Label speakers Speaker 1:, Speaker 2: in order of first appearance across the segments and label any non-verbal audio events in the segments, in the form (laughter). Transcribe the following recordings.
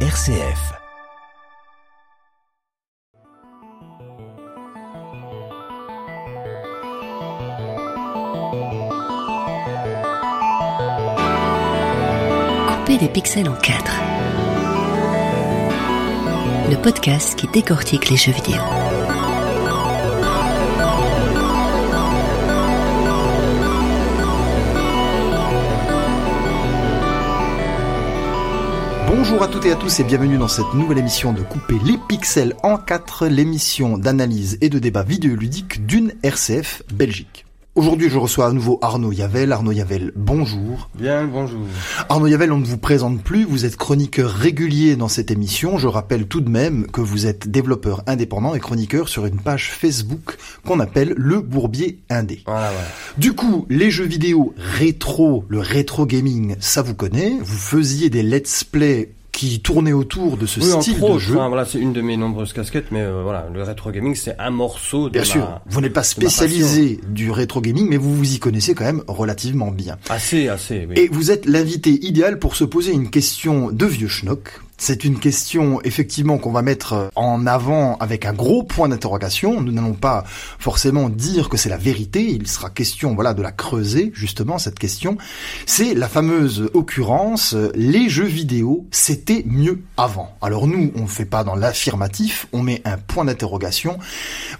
Speaker 1: RCF.
Speaker 2: Couper des pixels en quatre. Le podcast qui décortique les jeux vidéo.
Speaker 3: Bonjour à toutes et à tous et bienvenue dans cette nouvelle émission de Couper les pixels en 4, l'émission d'analyse et de débat vidéoludique d'une RCF Belgique. Aujourd'hui, je reçois à nouveau Arnaud Yavel. Arnaud Yavel, bonjour.
Speaker 4: Bien le bonjour.
Speaker 3: Arnaud Yavel, on ne vous présente plus, vous êtes chroniqueur régulier dans cette émission. Je rappelle tout de même que vous êtes développeur indépendant et chroniqueur sur une page Facebook qu'on appelle Le Bourbier Indé.
Speaker 4: Voilà, voilà.
Speaker 3: Du coup, les jeux vidéo rétro, le rétro gaming, ça vous connaît. Vous faisiez des let's play qui tournaient autour de ce
Speaker 4: Oui,
Speaker 3: style
Speaker 4: entre
Speaker 3: de
Speaker 4: autres,
Speaker 3: jeu.
Speaker 4: enfin, voilà, c'est une de mes nombreuses casquettes, mais euh, voilà, le rétro gaming, c'est un morceau de
Speaker 3: Bien
Speaker 4: ma-
Speaker 3: sûr, vous n'êtes pas
Speaker 4: de ma passion.
Speaker 3: spécialisé du rétro gaming, mais vous vous y connaissez quand même relativement bien.
Speaker 4: Assez, assez, oui.
Speaker 3: Et vous êtes l'invité idéal pour se poser une question de vieux schnock. C'est une question effectivement qu'on va mettre en avant avec un gros point d'interrogation. Nous n'allons pas forcément dire que c'est la vérité. Il sera question voilà de la creuser justement cette question. C'est la fameuse occurrence euh, les jeux vidéo c'était mieux avant. Alors nous on ne fait pas dans l'affirmatif, on met un point d'interrogation.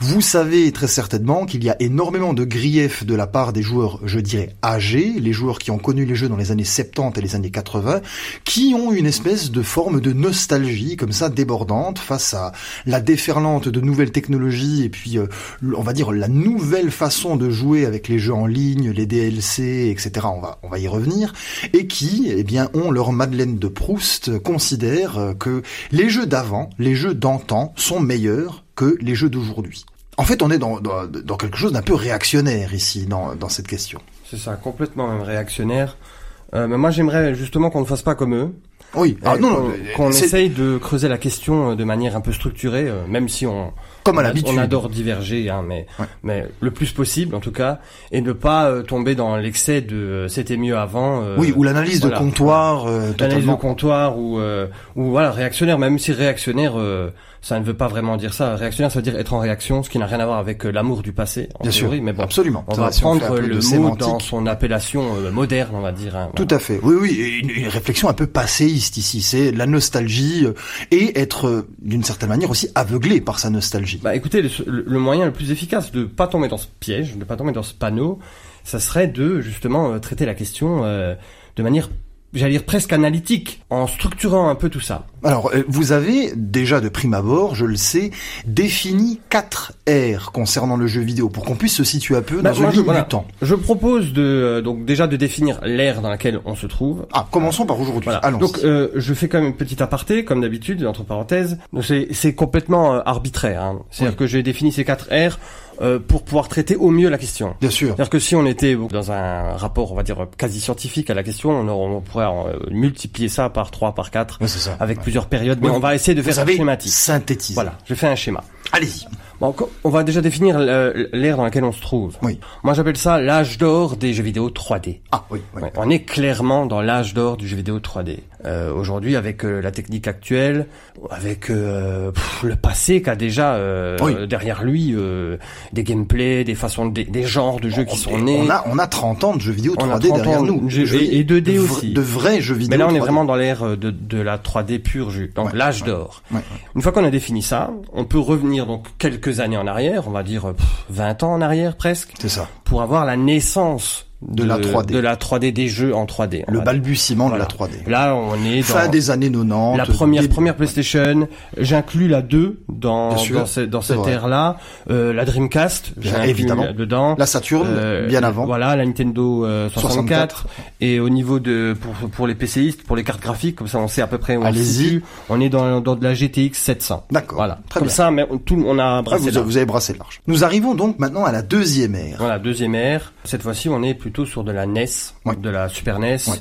Speaker 3: Vous savez très certainement qu'il y a énormément de griefs de la part des joueurs, je dirais, âgés, les joueurs qui ont connu les jeux dans les années 70 et les années 80, qui ont une espèce de forme de nostalgie comme ça débordante face à la déferlante de nouvelles technologies et puis, euh, l- on va dire, la nouvelle façon de jouer avec les jeux en ligne, les DLC, etc. On va, on va y revenir. Et qui, eh bien, ont leur Madeleine de Proust, euh, considèrent euh, que les jeux d'avant, les jeux d'antan sont meilleurs que les jeux d'aujourd'hui. En fait, on est dans, dans, dans quelque chose d'un peu réactionnaire ici, dans, dans cette question.
Speaker 4: C'est ça, complètement même réactionnaire. Euh, mais moi, j'aimerais justement qu'on ne fasse pas comme eux.
Speaker 3: Oui, ah,
Speaker 4: Euh,
Speaker 3: non,
Speaker 4: qu'on-
Speaker 3: non,
Speaker 4: Qu'on
Speaker 3: c'est
Speaker 4: essaye de creuser la question euh, de manière un peu structurée, euh, même si on,
Speaker 3: comme à
Speaker 4: on a-
Speaker 3: l'habitude.
Speaker 4: on adore diverger, hein, mais,
Speaker 3: Ouais.
Speaker 4: mais le plus possible en tout cas, et ne pas euh, tomber dans l'excès de euh, c'était mieux avant. euh,
Speaker 3: oui, ou l'analyse
Speaker 4: voilà.
Speaker 3: de comptoir, euh,
Speaker 4: L'analyse de
Speaker 3: totalement.
Speaker 4: comptoir ou euh, ou voilà réactionnaire même si réactionnaire euh, ça ne veut pas vraiment dire ça réactionnaire ça veut dire être en réaction ce qui n'a rien à voir avec euh, l'amour du passé en
Speaker 3: Bien sûr,
Speaker 4: théorie mais bon
Speaker 3: absolument.
Speaker 4: on
Speaker 3: Ça,
Speaker 4: va
Speaker 3: si on fait un
Speaker 4: prendre euh,
Speaker 3: peu de
Speaker 4: le mot
Speaker 3: sémantique.
Speaker 4: dans son appellation euh, moderne on va dire hein,
Speaker 3: Tout
Speaker 4: voilà.
Speaker 3: à fait. Oui, oui, et une, une réflexion un peu passéiste ici. C'est la nostalgie euh, et être, euh, d'une certaine manière, aussi aveuglé par sa nostalgie.
Speaker 4: bah écoutez le, le moyen le plus efficace de pas tomber dans ce piège de pas tomber dans ce panneau ça serait de justement euh, traiter la question euh, de manière j'allais dire presque analytique en structurant un peu tout ça
Speaker 3: Alors, euh, vous avez déjà de prime abord, je le sais, défini quatre R concernant le jeu vidéo pour qu'on puisse se situer un peu
Speaker 4: Bah,
Speaker 3: dans une
Speaker 4: moi, je-
Speaker 3: ligne
Speaker 4: voilà.
Speaker 3: du temps.
Speaker 4: je propose de euh, donc déjà de définir l'ère dans laquelle on se trouve
Speaker 3: Ah, commençons par aujourd'hui.
Speaker 4: Voilà.
Speaker 3: Allons.
Speaker 4: Donc euh, je fais quand même une petite aparté, comme d'habitude, entre parenthèses. Donc c'est c'est complètement euh, arbitraire. hein. C'est-à-dire que j'ai défini ces quatre R euh, pour pouvoir traiter au mieux la question.
Speaker 3: Bien sûr.
Speaker 4: C'est-à-dire que si on était dans un rapport, on va dire, quasi scientifique à la question, on, aurait- on pourrait euh, multiplier ça par 3, par 4,
Speaker 3: Ouais, c'est ça.
Speaker 4: avec
Speaker 3: Ouais.
Speaker 4: plusieurs périodes, mais
Speaker 3: Oui.
Speaker 4: on va essayer de
Speaker 3: Vous
Speaker 4: faire un
Speaker 3: savez,
Speaker 4: schématique.
Speaker 3: synthétiser.
Speaker 4: Voilà, je fais un schéma.
Speaker 3: Allez-y.
Speaker 4: Bon, co- on va déjà définir euh, l'ère dans laquelle on se trouve.
Speaker 3: Oui.
Speaker 4: Moi j'appelle ça l'âge d'or des jeux vidéo 3D.
Speaker 3: Ah oui, oui.
Speaker 4: Ouais, on est clairement dans l'âge d'or du jeu vidéo 3D. Euh, Aujourd'hui, avec euh, la technique actuelle, avec euh, pff, le passé qu'a déjà euh,
Speaker 3: Oui.
Speaker 4: derrière lui, euh, des gameplays, des façons, de- des, des genres de jeux qui sont
Speaker 3: Et
Speaker 4: nés.
Speaker 3: On a, on a 30 ans de jeux vidéo
Speaker 4: On a
Speaker 3: 3D
Speaker 4: 30
Speaker 3: derrière
Speaker 4: ans de
Speaker 3: nous.
Speaker 4: jeux-
Speaker 3: Je veux
Speaker 4: et- et
Speaker 3: dire,
Speaker 4: 2D
Speaker 3: de vr-
Speaker 4: aussi.
Speaker 3: De vrais jeux vidéo.
Speaker 4: Mais là, on est
Speaker 3: 3D.
Speaker 4: vraiment dans l'ère euh, de, de la 3D pure jus, donc
Speaker 3: Ouais,
Speaker 4: l'âge
Speaker 3: ouais.
Speaker 4: d'or.
Speaker 3: Ouais, ouais.
Speaker 4: Une fois qu'on a défini ça, on peut revenir donc quelques années en arrière, on va dire euh, pff, 20 ans en arrière presque,
Speaker 3: C'est ça.
Speaker 4: pour avoir la naissance
Speaker 3: De la 3D.
Speaker 4: de la 3D des jeux en 3D. on
Speaker 3: Le
Speaker 4: va
Speaker 3: balbutiement
Speaker 4: Voilà.
Speaker 3: de la 3D.
Speaker 4: dire. Là, on est dans
Speaker 3: fin des années 90.
Speaker 4: la première
Speaker 3: début-
Speaker 4: première PlayStation, j'inclus la 2 dans
Speaker 3: Bien sûr,
Speaker 4: dans, ce- dans
Speaker 3: c'est
Speaker 4: cette
Speaker 3: vrai.
Speaker 4: ère-là, euh, la Dreamcast,
Speaker 3: Bien,
Speaker 4: j'inclus
Speaker 3: évidemment.
Speaker 4: là- dedans.
Speaker 3: La Saturn,
Speaker 4: Euh,
Speaker 3: bien avant.
Speaker 4: Voilà, la Nintendo euh, 64,
Speaker 3: 64.
Speaker 4: et au niveau de pour pour les PCistes, pour les cartes graphiques, comme ça on sait à peu près où on se
Speaker 3: Allez-y.
Speaker 4: situe. On est dans dans de la GTX 700.
Speaker 3: D'accord.
Speaker 4: Voilà.
Speaker 3: Très
Speaker 4: comme
Speaker 3: bien.
Speaker 4: ça mais on, tout on a
Speaker 3: Ah,
Speaker 4: brassé
Speaker 3: vous,
Speaker 4: là.
Speaker 3: vous avez brassé large. Nous arrivons donc maintenant à la deuxième ère.
Speaker 4: Voilà, deuxième ère. Cette fois-ci, on est plutôt sur de la NES,
Speaker 3: Ouais.
Speaker 4: de la Super NES.
Speaker 3: Ouais.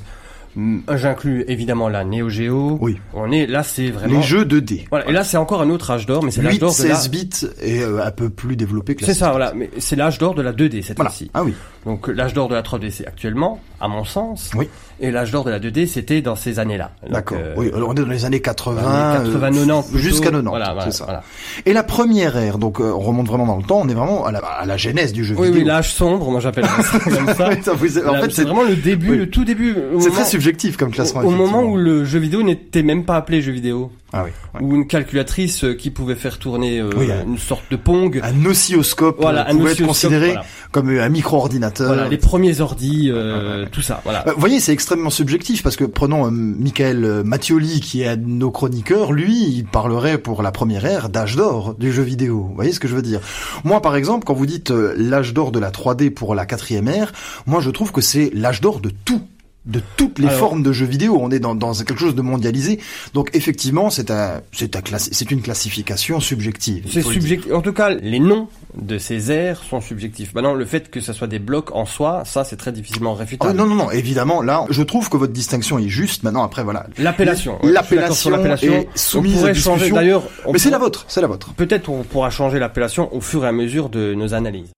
Speaker 4: Mm, J'inclus évidemment la Neo Geo.
Speaker 3: Oui.
Speaker 4: On est là, c'est vraiment.
Speaker 3: Les jeux 2D.
Speaker 4: Voilà. Et là, c'est encore un autre âge d'or, mais c'est l'âge
Speaker 3: 8,
Speaker 4: d'or de la.
Speaker 3: 16 bits et euh, un peu plus développé que la
Speaker 4: C'est ça, voilà. Mais c'est l'âge d'or de la 2D cette
Speaker 3: Voilà.
Speaker 4: fois-ci.
Speaker 3: Ah oui.
Speaker 4: Donc l'âge d'or de la 3D c'est actuellement, à mon sens.
Speaker 3: Oui.
Speaker 4: Et l'âge d'or de la 2D c'était dans ces années-là. Donc,
Speaker 3: D'accord.
Speaker 4: euh,
Speaker 3: Oui, alors on est dans les années 80,
Speaker 4: années 80,
Speaker 3: euh,
Speaker 4: 90 plutôt.
Speaker 3: jusqu'à 90,
Speaker 4: Voilà, voilà,
Speaker 3: c'est ça.
Speaker 4: voilà.
Speaker 3: Et la première ère, donc euh, on remonte vraiment dans le temps, on est vraiment à la, à la genèse du jeu
Speaker 4: Oui,
Speaker 3: vidéo.
Speaker 4: oui, l'âge sombre, moi j'appelle ça comme ça.
Speaker 3: (laughs) Oui, ça vous- en
Speaker 4: Là,
Speaker 3: fait,
Speaker 4: c'est
Speaker 3: c'est
Speaker 4: vraiment le début,
Speaker 3: oui.
Speaker 4: le tout début. au
Speaker 3: c'est
Speaker 4: moment-
Speaker 3: très subjectif comme classement.
Speaker 4: Au moment où
Speaker 3: effectivement.
Speaker 4: le jeu vidéo n'était même pas appelé jeu vidéo,
Speaker 3: ah oui, ouais.
Speaker 4: ou une calculatrice euh, qui pouvait faire tourner euh,
Speaker 3: Oui, euh,
Speaker 4: une sorte de pong.
Speaker 3: un oscilloscope
Speaker 4: Voilà,
Speaker 3: euh,
Speaker 4: un
Speaker 3: pouvait être
Speaker 4: oscilloscope,
Speaker 3: considéré
Speaker 4: voilà.
Speaker 3: comme un micro-ordinateur.
Speaker 4: Voilà, les premiers ordi, euh, tout ça. Voilà.
Speaker 3: Euh, Vous voyez, c'est extrêmement subjectif parce que prenons euh, Michael euh, Mattioli qui est un de nos chroniqueurs, lui, il parlerait pour la première ère d'âge d'or du jeu vidéo. Vous voyez ce que je veux dire Moi, par exemple, quand vous dites euh, l'âge d'or de la 3D pour la quatrième ère, moi, je trouve que c'est l'âge d'or de tout de toutes les
Speaker 4: Alors-
Speaker 3: formes de jeux vidéo, on est dans, dans quelque chose de mondialisé. Donc effectivement, c'est un, c'est un classi- c'est une classification subjective. il
Speaker 4: C'est
Speaker 3: faut le dire.
Speaker 4: subjectif. En tout cas, les noms de ces airs sont subjectifs. Maintenant, le fait que ça soit des blocs en soi, ça, c'est très difficilement
Speaker 3: Ah,
Speaker 4: réfutable.
Speaker 3: non, non, non, évidemment, là, je trouve que votre distinction est juste. Maintenant, après, voilà.
Speaker 4: L'appellation.
Speaker 3: L-
Speaker 4: ouais, je suis d'accord sur
Speaker 3: l'appellation
Speaker 4: l'appellation.
Speaker 3: est soumise
Speaker 4: On
Speaker 3: à
Speaker 4: pourrait
Speaker 3: discussion.
Speaker 4: changer. D'ailleurs, on
Speaker 3: Mais c'est la
Speaker 4: pourra-
Speaker 3: vôtre, c'est la vôtre.
Speaker 4: Peut-être on pourra changer l'appellation au fur et à mesure de nos analyses.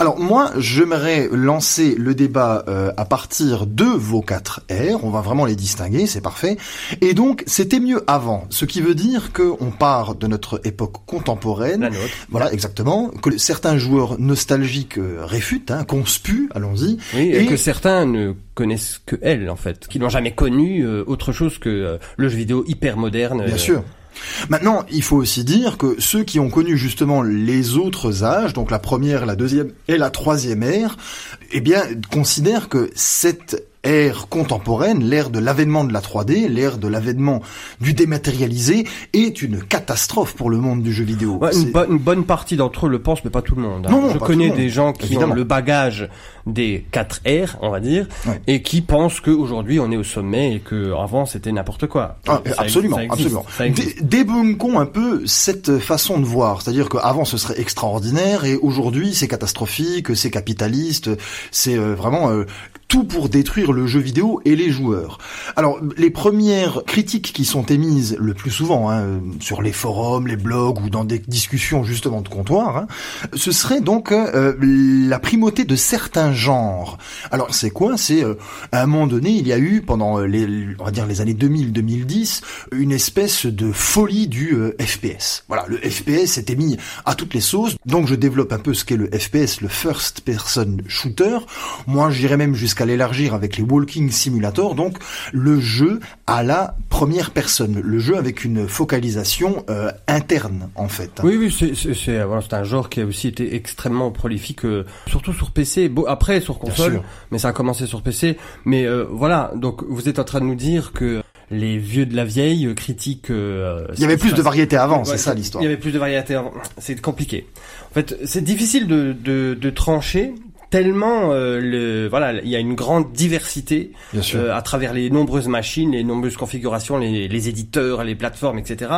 Speaker 3: Alors moi, j'aimerais lancer le débat euh, à partir de vos quatre R. On va vraiment les distinguer, c'est parfait. Et donc, c'était mieux avant. Ce qui veut dire qu'on part de notre époque contemporaine.
Speaker 4: La nôtre.
Speaker 3: Voilà, exactement. Que certains joueurs nostalgiques euh, réfutent, hein, conspuent, allons-y.
Speaker 4: Oui, et,
Speaker 3: Et-
Speaker 4: que certains ne connaissent que elle, en fait. Qui n'ont jamais connu euh, autre chose que euh, le jeu vidéo hyper moderne.
Speaker 3: Bien
Speaker 4: euh,
Speaker 3: sûr. Maintenant, il faut aussi dire que ceux qui ont connu justement les autres âges, donc la première, la deuxième et la troisième ère, eh bien, considèrent que cette ère contemporaine, l'ère de l'avènement de la 3D, l'ère de l'avènement du dématérialisé, est une catastrophe pour le monde du jeu vidéo.
Speaker 4: Ouais,
Speaker 3: C'est-
Speaker 4: une, bo- une bonne partie d'entre eux le pensent, mais pas tout le monde. hein.
Speaker 3: Non, non,
Speaker 4: je
Speaker 3: pas
Speaker 4: connais
Speaker 3: tout le monde,
Speaker 4: des gens qui
Speaker 3: évidemment.
Speaker 4: ont le bagage des 4 R, on va dire,
Speaker 3: Ouais.
Speaker 4: et qui pensent qu'aujourd'hui on est au sommet et que avant c'était n'importe quoi.
Speaker 3: Ah,
Speaker 4: Ça- ça
Speaker 3: absolument,
Speaker 4: existe,
Speaker 3: absolument.
Speaker 4: ça existe.
Speaker 3: Dé- Débunquons un peu cette façon de voir, c'est-à-dire qu'avant ce serait extraordinaire et aujourd'hui c'est catastrophique, c'est capitaliste, c'est euh, vraiment euh, tout pour détruire le jeu vidéo et les joueurs. Alors les premières critiques qui sont émises le plus souvent hein, euh, sur les forums, les blogs ou dans des discussions justement de comptoir, hein, ce serait donc euh, la primauté de certains genres. Alors c'est quoi C'est euh, à un moment donné, il y a eu pendant euh, les on va dire les années 2000-2010 une espèce de folie du euh, FPS. Voilà, le FPS était mis à toutes les sauces. Donc je développe un peu ce qu'est le FPS, le first person shooter. Moi, j'irais même jusqu'à l'élargir avec les walking simulator, donc le jeu à la première personne, le jeu avec une focalisation euh, interne en fait.
Speaker 4: Oui, oui, c'est- c'est c'est- voilà, c'est un genre qui a aussi été extrêmement prolifique, euh, surtout sur PC, bon, après sur console,
Speaker 3: sûr.
Speaker 4: mais ça a commencé sur PC. Mais euh, voilà, donc vous êtes en train de nous dire que les vieux de la vieille euh, critiquent... euh,
Speaker 3: Il y avait
Speaker 4: ce qui
Speaker 3: plus
Speaker 4: se
Speaker 3: de
Speaker 4: passe-
Speaker 3: variété avant,
Speaker 4: Ouais,
Speaker 3: Oh, c'est ça l'histoire.
Speaker 4: Il y avait plus de variétés avant. C'est compliqué. En fait, c'est difficile de, de, de trancher tellement euh, le voilà il y a une grande diversité
Speaker 3: Bien sûr.
Speaker 4: euh, à travers les nombreuses machines les nombreuses configurations les, les éditeurs les plateformes etc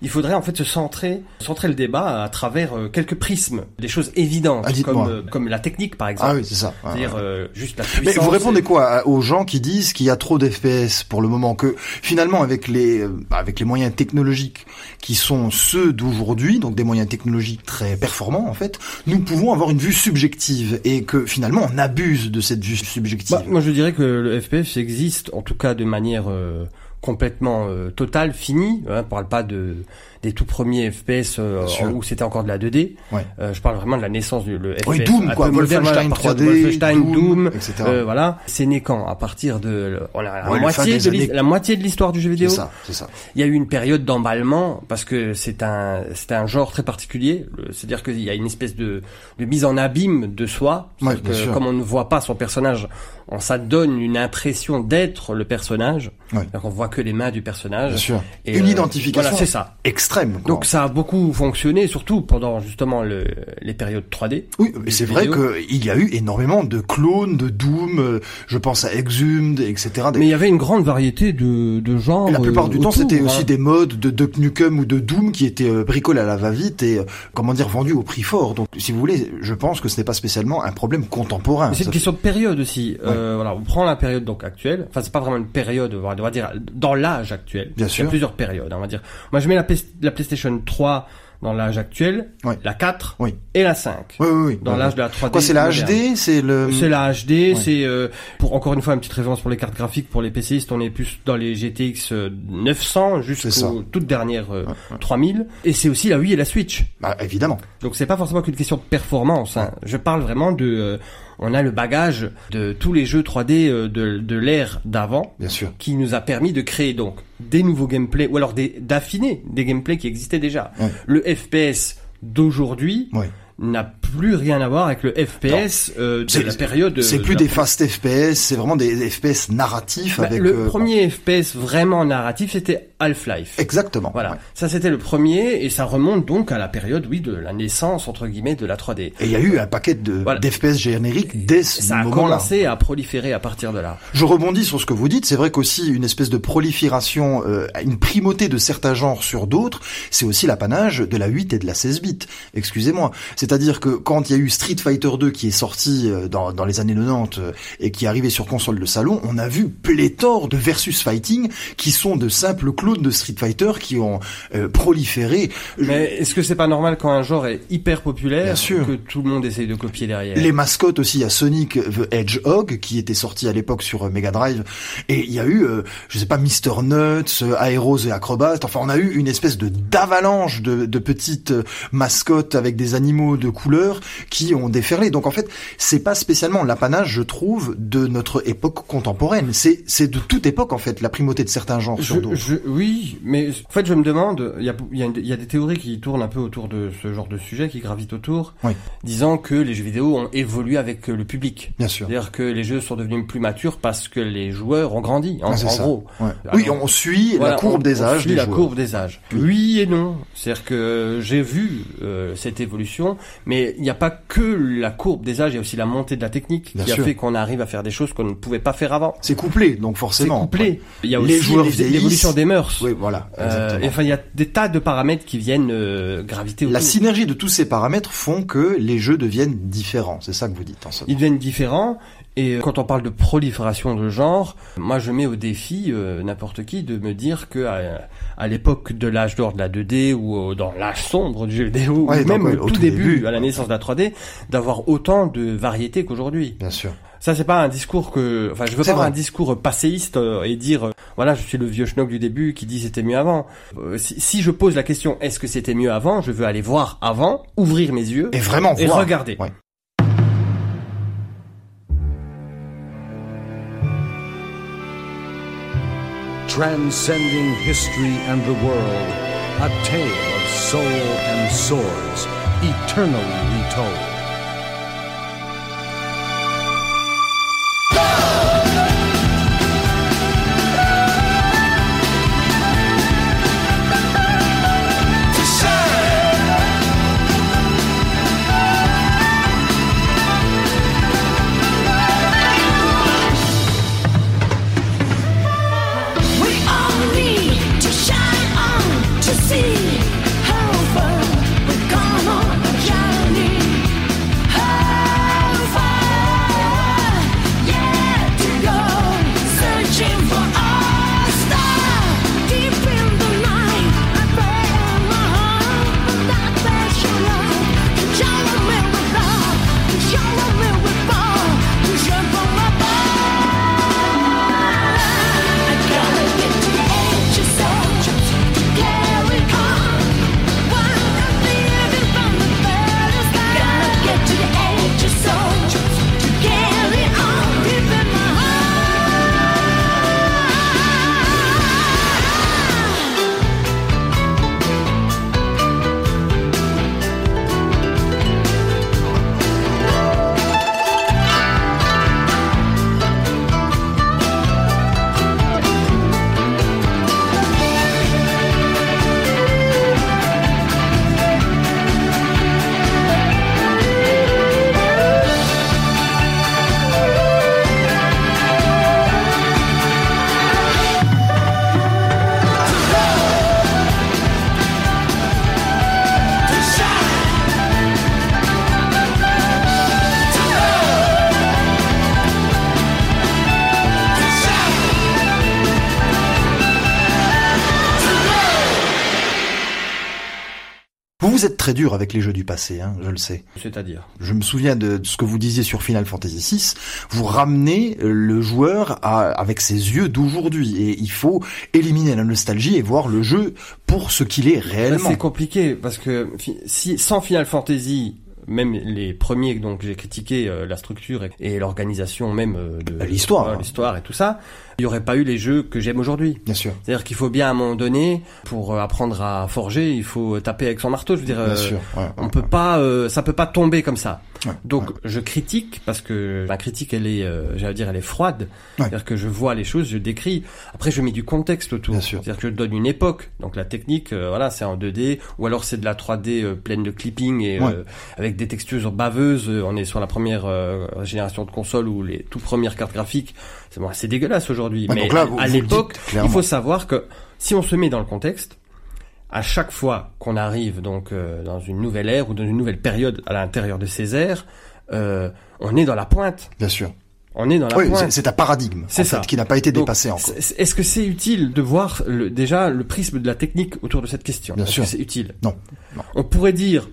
Speaker 4: il faudrait en fait se centrer centrer le débat à travers euh, quelques prismes des choses évidentes
Speaker 3: Ah, dites-moi.
Speaker 4: comme euh, comme la technique par exemple
Speaker 3: Ah oui, c'est ça. Ouais,
Speaker 4: c'est-à-dire euh, juste la
Speaker 3: Mais
Speaker 4: puissance
Speaker 3: vous répondez
Speaker 4: et-
Speaker 3: quoi à- aux gens qui disent qu'il y a trop d'FPS pour le moment que finalement avec les euh, bah, avec les moyens technologiques qui sont ceux d'aujourd'hui donc des moyens technologiques très performants en fait nous pouvons avoir une vue subjective et que finalement on abuse de cette vue subjective.
Speaker 4: Bah, moi, je dirais que le FPS existe, en tout cas de manière euh, complètement euh, totale, finie. Hein, je parle pas de des tout premiers FPS euh,
Speaker 3: Bien sûr.
Speaker 4: où c'était encore de la 2D.
Speaker 3: Ouais.
Speaker 4: Euh, je parle vraiment de la naissance du le FPS.
Speaker 3: oui, Doom
Speaker 4: un
Speaker 3: quoi,
Speaker 4: peu moderne,
Speaker 3: Wolfenstein
Speaker 4: à partir
Speaker 3: 3D,
Speaker 4: de Wolfenstein, Doom.
Speaker 3: etc.
Speaker 4: euh, voilà, c'est né quand À partir de le- on a la,
Speaker 3: Ouais, le fin
Speaker 4: moitié
Speaker 3: des
Speaker 4: de l'his-
Speaker 3: années-
Speaker 4: la moitié de l'histoire du jeu
Speaker 3: c'est
Speaker 4: vidéo.
Speaker 3: ça, c'est ça.
Speaker 4: Il y a eu une période d'emballement parce que c'est un c'est un genre très particulier. Le- C'est-à-dire qu'il y a une espèce de, de mise en abîme de soi.
Speaker 3: Ouais,
Speaker 4: C'est-à-dire
Speaker 3: bien
Speaker 4: que
Speaker 3: sûr.
Speaker 4: comme on ne voit pas son personnage, on ça donne une impression d'être le personnage.
Speaker 3: Ouais.
Speaker 4: Alors on voit que les mains du
Speaker 3: Bien
Speaker 4: personnage.
Speaker 3: sûr.
Speaker 4: Et,
Speaker 3: Une
Speaker 4: euh,
Speaker 3: identification
Speaker 4: Voilà, c'est ça.
Speaker 3: extrême quoi.
Speaker 4: Donc ça a beaucoup fonctionné, surtout pendant justement le, les périodes 3D.
Speaker 3: Oui, mais c'est vrai
Speaker 4: vidéo.
Speaker 3: qu'il y a eu énormément de clones, de Doom, euh, je pense à Exhumed, etc. des-
Speaker 4: Mais il y avait une grande variété de, de genres.
Speaker 3: Et La plupart
Speaker 4: euh,
Speaker 3: du temps,
Speaker 4: autour,
Speaker 3: c'était
Speaker 4: hein.
Speaker 3: aussi des modes de Duck Nukem ou de Doom qui étaient euh, bricolés à la va-vite et, euh, comment dire, vendus au prix fort. Donc, si vous voulez, je pense que ce n'est pas spécialement un problème contemporain.
Speaker 4: Mais C'est
Speaker 3: Ah, Ça
Speaker 4: une question de période aussi. Euh, voilà, on prend la période donc actuelle. Enfin, c'est pas vraiment une période. On va on va dire dans l'âge actuel.
Speaker 3: Bien
Speaker 4: Il y
Speaker 3: sûr.
Speaker 4: a plusieurs périodes. hein, On va dire. Moi, je mets la, PS la PlayStation 3 dans l'âge actuel,
Speaker 3: Ouais.
Speaker 4: la 4
Speaker 3: Oui.
Speaker 4: et la 5.
Speaker 3: Oui, oui, oui.
Speaker 4: Dans
Speaker 3: Ouais.
Speaker 4: l'âge de la 3D.
Speaker 3: Quoi, c'est la euh,
Speaker 4: moderne.
Speaker 3: HD C'est le...
Speaker 4: C'est la HD, c'est euh, pour encore une fois une petite référence pour les cartes graphiques pour les PCistes, on est plus dans les GTX euh, 900
Speaker 3: C'est ça.
Speaker 4: jusqu'aux toutes dernières euh, 3000 et c'est aussi la Wii et la Switch.
Speaker 3: Bah, évidemment.
Speaker 4: Donc c'est pas forcément qu'une question de performance. hein. Je parle vraiment de, euh, on a le bagage de tous les jeux 3D euh, de, de l'ère d'avant
Speaker 3: Bien sûr.
Speaker 4: qui nous a permis de créer donc des nouveaux gameplays ou alors des- d'affiner des gameplays qui existaient déjà.
Speaker 3: Ouais.
Speaker 4: Le FPS d'aujourd'hui
Speaker 3: Ouais.
Speaker 4: n'a plus rien à voir avec le FPS euh, de
Speaker 3: C'est-
Speaker 4: la période.
Speaker 3: C'est
Speaker 4: de
Speaker 3: plus
Speaker 4: la-
Speaker 3: des fast FPS, c'est vraiment des FPS narratifs
Speaker 4: Bah,
Speaker 3: avec...
Speaker 4: le
Speaker 3: euh,
Speaker 4: premier FPS vraiment narratif, c'était Half-Life.
Speaker 3: Exactement.
Speaker 4: Voilà,
Speaker 3: ouais.
Speaker 4: ça c'était le premier et ça remonte donc à la période, oui, de la naissance entre guillemets de la 3D.
Speaker 3: Et il y a eu un paquet de
Speaker 4: Voilà.
Speaker 3: d'FPS génériques dès ce
Speaker 4: ça a
Speaker 3: moment-là.
Speaker 4: commencé à proliférer à partir de là.
Speaker 3: Je rebondis sur ce que vous dites. C'est vrai qu'aussi une espèce de prolifération, euh, une primauté de certains genres sur d'autres, c'est aussi l'apanage de la 8 et de la 16 bits. Excusez-moi. C'est-à-dire que quand il y a eu Street Fighter 2 qui est sorti euh, dans, dans les années 90 euh, et qui est arrivé sur console de salon, on a vu pléthore de versus fighting qui sont de simples clones de Street Fighter qui ont euh, proliféré. Je-
Speaker 4: Mais est-ce que c'est pas normal quand un genre est hyper
Speaker 3: Bien
Speaker 4: populaire
Speaker 3: sûr.
Speaker 4: que tout le monde essaye de copier derrière
Speaker 3: Les mascottes aussi, il y a Sonic the Hedgehog qui était sorti à l'époque sur euh, Mega Drive, et il y a eu, euh, je sais pas, Mr. Nuts, euh, Aeros et Acrobat. Enfin, on a eu une espèce de d'avalanche de, de petites euh, mascottes avec des animaux de couleur auteurs qui ont déferlé. Donc en fait, c'est pas spécialement l'apanage, je trouve, de notre époque contemporaine. C'est c'est de toute époque en fait la primauté de certains genres
Speaker 4: Je-
Speaker 3: sur d'autres.
Speaker 4: je- oui, mais en fait, je me demande, il y a, il y a une- il y a des théories qui tournent un peu autour de ce genre de sujet, qui gravitent autour,
Speaker 3: Oui.
Speaker 4: disant que les jeux vidéo ont évolué avec euh, le public.
Speaker 3: Bien sûr.
Speaker 4: C'est-à-dire que les jeux sont devenus plus matures parce que les joueurs ont grandi, en,
Speaker 3: Ah, c'est
Speaker 4: en
Speaker 3: ça.
Speaker 4: gros.
Speaker 3: Ouais.
Speaker 4: Alors,
Speaker 3: oui, on suit
Speaker 4: Voilà,
Speaker 3: la courbe
Speaker 4: on-
Speaker 3: des
Speaker 4: on
Speaker 3: âges
Speaker 4: suit
Speaker 3: des
Speaker 4: la
Speaker 3: joueurs. Mmh.
Speaker 4: courbe des âges. Oui et non. C'est-à-dire que j'ai vu euh, cette évolution, mais il n'y a pas que la courbe des âges, il y a aussi la montée de la technique
Speaker 3: Bien
Speaker 4: qui
Speaker 3: sûr.
Speaker 4: a fait qu'on arrive à faire des choses qu'on ne pouvait pas faire avant.
Speaker 3: C'est couplé, donc
Speaker 4: C'est
Speaker 3: forcément.
Speaker 4: couplé.
Speaker 3: Ouais.
Speaker 4: Il y a
Speaker 3: Les
Speaker 4: aussi
Speaker 3: joueurs
Speaker 4: l'é-
Speaker 3: vieillissent.
Speaker 4: l'évolution des mœurs.
Speaker 3: Oui, voilà.
Speaker 4: Euh,
Speaker 3: exactement.
Speaker 4: et enfin, il y a des tas de paramètres qui viennent euh, graviter autour.
Speaker 3: La synergie de tous ces paramètres font que les jeux deviennent différents. C'est ça que vous dites en somme.
Speaker 4: Ils deviennent différents. Et euh, quand on parle de prolifération de genre, moi je mets au défi euh, n'importe qui de me dire que à, à l'époque de l'âge d'or de la 2D ou euh, dans l'âge sombre du jeu vidéo,
Speaker 3: Ouais,
Speaker 4: ou
Speaker 3: donc,
Speaker 4: même
Speaker 3: ouais,
Speaker 4: au
Speaker 3: au
Speaker 4: tout
Speaker 3: tout
Speaker 4: début,
Speaker 3: début.
Speaker 4: à la naissance de la 3D, d'avoir autant de variétés qu'aujourd'hui.
Speaker 3: Bien sûr.
Speaker 4: Ça c'est pas un discours que, enfin je veux pas
Speaker 3: C'est
Speaker 4: avoir
Speaker 3: vrai.
Speaker 4: un discours passéiste euh, et dire euh, voilà je suis le vieux schnock du début qui dit c'était mieux avant. Euh, si, si je pose la question est-ce que c'était mieux avant, je veux aller voir avant, ouvrir mes yeux
Speaker 3: Et vraiment
Speaker 4: et
Speaker 3: voir.
Speaker 4: regarder.
Speaker 3: Ouais.
Speaker 1: transcending history and the world, a tale of soul and swords, eternally retold.
Speaker 5: We all need to shine on to see how far we've gone on a journey. How far yet to go? Searching for our star deep in the night. I pray in my heart that there's your light. Shower me with love, shower me with power, shower me with I gotta get to the edge of self to carry on. While I'm living from the furthest sky, gotta get to the edge of self to carry on. Deep in my heart.
Speaker 3: Vous vous êtes très dur avec les jeux du passé, hein, je le sais.
Speaker 4: C'est-à-dire.
Speaker 3: Je me souviens de ce que vous disiez sur Final Fantasy VI. Vous ramenez euh, le joueur à, avec ses yeux d'aujourd'hui et il faut éliminer la nostalgie et voir le jeu pour ce qu'il est
Speaker 4: Là,
Speaker 3: réellement.
Speaker 4: Bah, C'est compliqué parce que fi- si sans Final Fantasy, même les premiers donc j'ai critiqué euh, la structure et, et l'organisation même euh, de
Speaker 3: Bah, L'histoire.
Speaker 4: Ouais, l'histoire et tout ça, il y aurait pas eu les jeux que j'aime aujourd'hui.
Speaker 3: Bien sûr.
Speaker 4: C'est-à-dire qu'il faut bien à un moment donné pour euh, apprendre à forger, il faut taper avec son marteau. Je veux dire,
Speaker 3: Bien
Speaker 4: euh,
Speaker 3: sûr. ouais,
Speaker 4: on
Speaker 3: ouais.
Speaker 4: peut pas, euh, ça peut pas tomber comme ça.
Speaker 3: Ouais,
Speaker 4: Donc je critique parce que ma critique elle est, euh, j'allais dire, elle est froide. C'est-à-dire que je vois les choses, je décris. Après je mets du contexte autour.
Speaker 3: Bien sûr.
Speaker 4: C'est-à-dire que je donne une époque. Donc la technique, euh, voilà, c'est en 2D ou alors c'est de la 3D euh, pleine de clipping et
Speaker 3: Ouais.
Speaker 4: euh, avec des textures baveuses. Euh, On est sur la première euh, génération de consoles ou les tout premières cartes graphiques. C'est bon, c'est dégueulasse aujourd'hui.
Speaker 3: Ouais,
Speaker 4: Mais
Speaker 3: donc là,
Speaker 4: à-
Speaker 3: vous-
Speaker 4: à
Speaker 3: vous le dites
Speaker 4: l'époque, il
Speaker 3: clairement.
Speaker 4: faut savoir que si on se met dans le contexte, à chaque fois qu'on arrive donc euh, dans une nouvelle ère ou dans une nouvelle période à l'intérieur de ces ères, euh, on est dans la pointe.
Speaker 3: Bien sûr.
Speaker 4: On est dans la
Speaker 3: Oui, c'est-
Speaker 4: pointe.
Speaker 3: c'est un paradigme. en
Speaker 4: C'est
Speaker 3: fait,
Speaker 4: ça.
Speaker 3: qui n'a pas été
Speaker 4: Donc,
Speaker 3: dépassé encore.
Speaker 4: c'est- Est-ce que c'est utile de voir le- déjà le prisme de la technique autour de cette question
Speaker 3: Bien
Speaker 4: Est-ce
Speaker 3: sûr.
Speaker 4: que c'est utile
Speaker 3: Non. Non.
Speaker 4: On pourrait dire,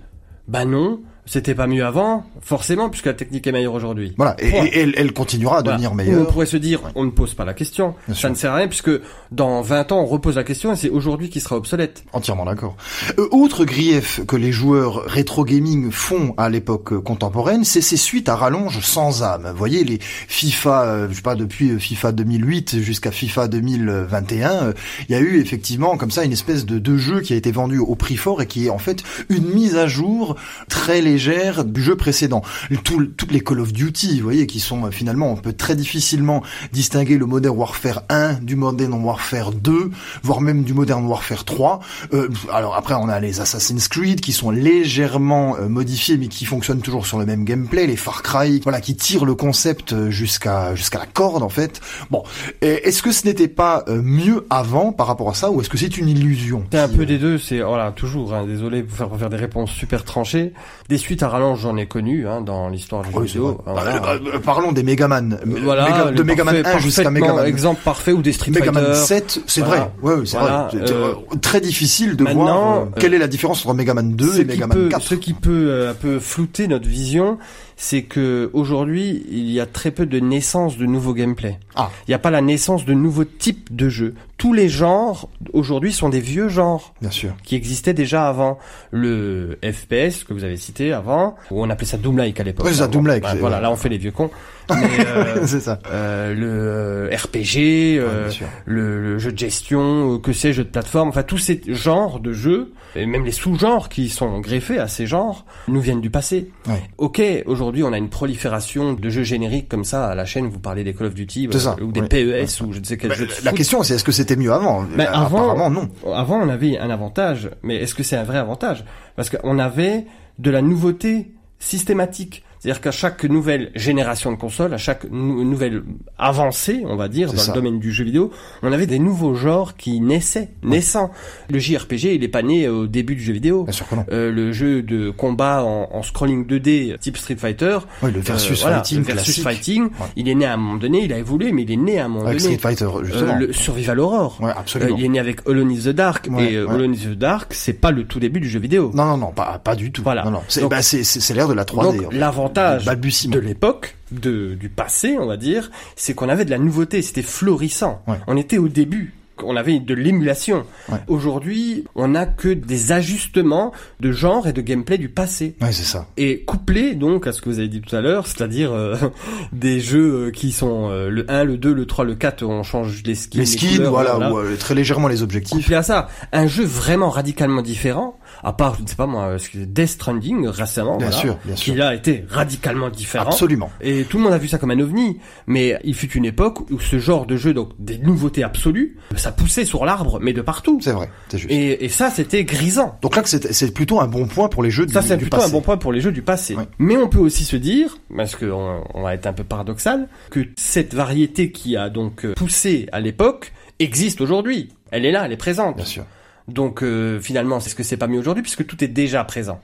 Speaker 4: bah non, C'était pas mieux avant, forcément, puisque la technique est meilleure aujourd'hui.
Speaker 3: Voilà, et,
Speaker 4: Point.
Speaker 3: et elle, elle continuera à
Speaker 4: Voilà.
Speaker 3: devenir
Speaker 4: Ou
Speaker 3: meilleure.
Speaker 4: On pourrait se dire, on ne pose pas la question.
Speaker 3: Bien
Speaker 4: ça
Speaker 3: sûr.
Speaker 4: ne sert à rien puisque dans 20 ans, on repose la question et c'est aujourd'hui qui sera obsolète.
Speaker 3: Entièrement d'accord. Euh, autre grief que les joueurs rétro gaming font à l'époque euh, contemporaine, c'est ces suites à rallonge sans âme. Vous voyez, les FIFA, euh, je sais pas, depuis euh, FIFA 2008 jusqu'à FIFA 2021, euh, il y a eu effectivement comme ça une espèce de, de jeu qui a été vendu au prix fort et qui est en fait une mise à jour très légère du jeu précédent. Tout- toutes les Call of Duty, vous voyez, qui sont euh, finalement, on peut très difficilement distinguer le Modern Warfare 1 du Modern Warfare 2, voire même du Modern Warfare 3. Euh, alors après, on a les Assassin's Creed qui sont légèrement euh, modifiés, mais qui fonctionnent toujours sur le même gameplay. Les Far Cry, voilà, qui tirent le concept euh, jusqu'à jusqu'à la corde en fait. Bon, Et est-ce que ce n'était pas euh, mieux avant par rapport à ça, ou est-ce que c'est une illusion
Speaker 4: C'est un
Speaker 3: qui,
Speaker 4: peu
Speaker 3: euh,
Speaker 4: des deux, c'est, voilà, toujours, hein, désolé pour faire, pour faire des réponses super tranchées. Des suites à rallonge, j'en ai connu, hein, dans l'histoire du jeu
Speaker 3: Oui, c'est vrai.
Speaker 4: vidéo. hein, voilà.
Speaker 3: Euh, euh, euh, parlons des Megaman.
Speaker 4: Euh, voilà,
Speaker 3: Méga-
Speaker 4: les
Speaker 3: de Megaman
Speaker 4: parfaits-
Speaker 3: 1 jusqu'à
Speaker 4: parfaitement-
Speaker 3: Megaman.
Speaker 4: Exemple parfait ou des Street
Speaker 3: Megaman
Speaker 4: Fighter.
Speaker 3: 7, c'est
Speaker 4: Voilà.
Speaker 3: vrai. Ouais, ouais, c'est
Speaker 4: Voilà,
Speaker 3: vrai. C'est-
Speaker 4: euh,
Speaker 3: c'est- très difficile de
Speaker 4: maintenant,
Speaker 3: voir euh,
Speaker 4: euh,
Speaker 3: quelle est la différence entre Megaman 2
Speaker 4: ce
Speaker 3: et
Speaker 4: qui
Speaker 3: Megaman
Speaker 4: peut,
Speaker 3: 4.
Speaker 4: ce qui peut euh, un peu flouter notre vision, c'est que aujourd'hui, il y a très peu de naissance de nouveaux gameplay.
Speaker 3: Ah.
Speaker 4: Il n'y a pas la naissance de nouveaux types de jeux. Tous les genres aujourd'hui sont des vieux genres
Speaker 3: Bien sûr.
Speaker 4: qui existaient déjà avant le FPS que vous avez cité avant, où on appelait ça Doomlike à l'époque.
Speaker 3: Ouais, c'est ça,
Speaker 4: Hein,
Speaker 3: Doomlike,
Speaker 4: bon,
Speaker 3: c'est-
Speaker 4: voilà, là on fait les vieux cons. Mais,
Speaker 3: (laughs)
Speaker 4: euh,
Speaker 3: c'est ça.
Speaker 4: euh, le euh, RPG,
Speaker 3: Ouais,
Speaker 4: euh,
Speaker 3: bien sûr.
Speaker 4: le, le jeu de gestion, euh, que sais-je, jeu de plateforme, enfin tous ces genres de jeux, et même les sous-genres qui sont greffés à ces genres, nous viennent du passé.
Speaker 3: Ouais.
Speaker 4: Ok, aujourd'hui on a une prolifération de jeux génériques comme ça à la chaîne, vous parlez des Call of Duty
Speaker 3: C'est
Speaker 4: bah,
Speaker 3: ça,
Speaker 4: ou des
Speaker 3: ouais.
Speaker 4: PES ou je ne sais quel
Speaker 3: Bah,
Speaker 4: jeu de
Speaker 3: la
Speaker 4: foot.
Speaker 3: question, c'est est-ce que c'était mieux avant
Speaker 4: Mais
Speaker 3: Euh,
Speaker 4: Ben, avant-
Speaker 3: Apparemment, non.
Speaker 4: Avant on avait un avantage, mais est-ce que c'est un vrai avantage Parce qu'on avait de la nouveauté systématique. C'est-à-dire qu'à chaque nouvelle génération de consoles, à chaque nou- nouvelle avancée, on va dire,
Speaker 3: C'est
Speaker 4: dans
Speaker 3: ça.
Speaker 4: le domaine du jeu vidéo, on avait des nouveaux genres qui naissaient, naissants. Le JRPG, il est pas né au début du jeu vidéo.
Speaker 3: Bien sûr que non.
Speaker 4: Euh, le jeu de combat en, en scrolling 2D type Street Fighter,
Speaker 3: Oui, le versus
Speaker 4: euh, voilà,
Speaker 3: fighting
Speaker 4: le versus
Speaker 3: classique.
Speaker 4: fighting,
Speaker 3: Ouais.
Speaker 4: il est né à un moment donné, il a évolué, mais il est né à un moment
Speaker 3: Avec
Speaker 4: donné.
Speaker 3: Street Fighter, justement.
Speaker 4: Euh, le Survival Horror.
Speaker 3: Ouais, absolument.
Speaker 4: Euh, il est né avec Hollow Knight the Dark
Speaker 3: Ouais,
Speaker 4: et euh,
Speaker 3: ouais.
Speaker 4: Hollow Knight the Dark, c'est pas le tout début du jeu vidéo.
Speaker 3: Non, non, non, pas, pas du tout.
Speaker 4: Voilà.
Speaker 3: Non, non. C'est
Speaker 4: Donc-
Speaker 3: bah, c'est- c'est- c'est l'ère de la 3D. en
Speaker 4: Donc
Speaker 3: fait.
Speaker 4: l'avantage
Speaker 3: Le balbutiement.
Speaker 4: de l'époque, de du passé, on va dire, c'est qu'on avait de la nouveauté, c'était florissant.
Speaker 3: Ouais.
Speaker 4: On était au début. On avait de l'émulation.
Speaker 3: Ouais.
Speaker 4: Aujourd'hui, on n'a que des ajustements de genre et de gameplay du passé.
Speaker 3: Ouais, c'est ça.
Speaker 4: Et couplé donc à ce que vous avez dit tout à l'heure, c'est-à-dire euh, (laughs) des jeux euh, qui sont euh, le 1, le 2, le 3, le 4, on change les skins.
Speaker 3: Les skins,
Speaker 4: couleurs,
Speaker 3: voilà, ou euh, très légèrement les objectifs.
Speaker 4: couplé à ça, un jeu vraiment radicalement différent, à part, je ne sais pas moi, euh, ce que- Death Stranding récemment,
Speaker 3: Bien
Speaker 4: voilà,
Speaker 3: sûr, bien sûr.
Speaker 4: qui a été radicalement différent.
Speaker 3: Absolument.
Speaker 4: Et tout le monde a vu ça comme un ovni, mais il fut une époque où ce genre de jeu, donc des nouveautés absolues, ça poussait sur l'arbre, mais de partout.
Speaker 3: C'est vrai, c'est juste.
Speaker 4: Et, et ça, c'était grisant.
Speaker 3: Donc là, que c'est c'est plutôt un bon point pour les jeux
Speaker 4: Ça,
Speaker 3: du,
Speaker 4: c'est
Speaker 3: du
Speaker 4: plutôt
Speaker 3: passé.
Speaker 4: un bon point pour les jeux du passé.
Speaker 3: Ouais.
Speaker 4: Mais on peut aussi se dire, parce que on, on va être un peu paradoxal, que cette variété qui a donc euh, poussé à l'époque existe aujourd'hui. Elle est là, elle est présente.
Speaker 3: Bien sûr.
Speaker 4: Donc euh, finalement, c'est ce que c'est pas mieux aujourd'hui puisque tout est déjà présent.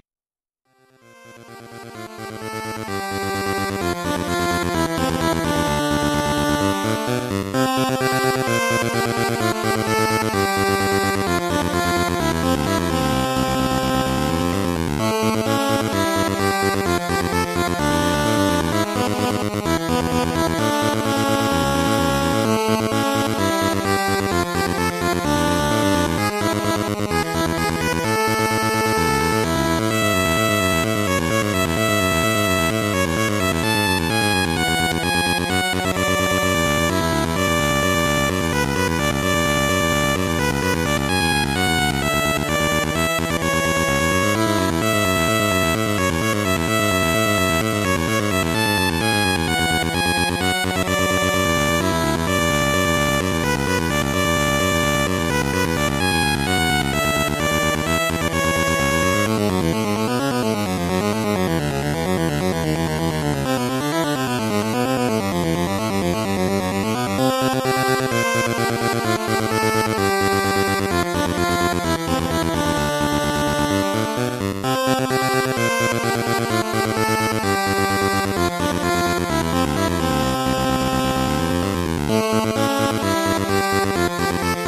Speaker 5: Thank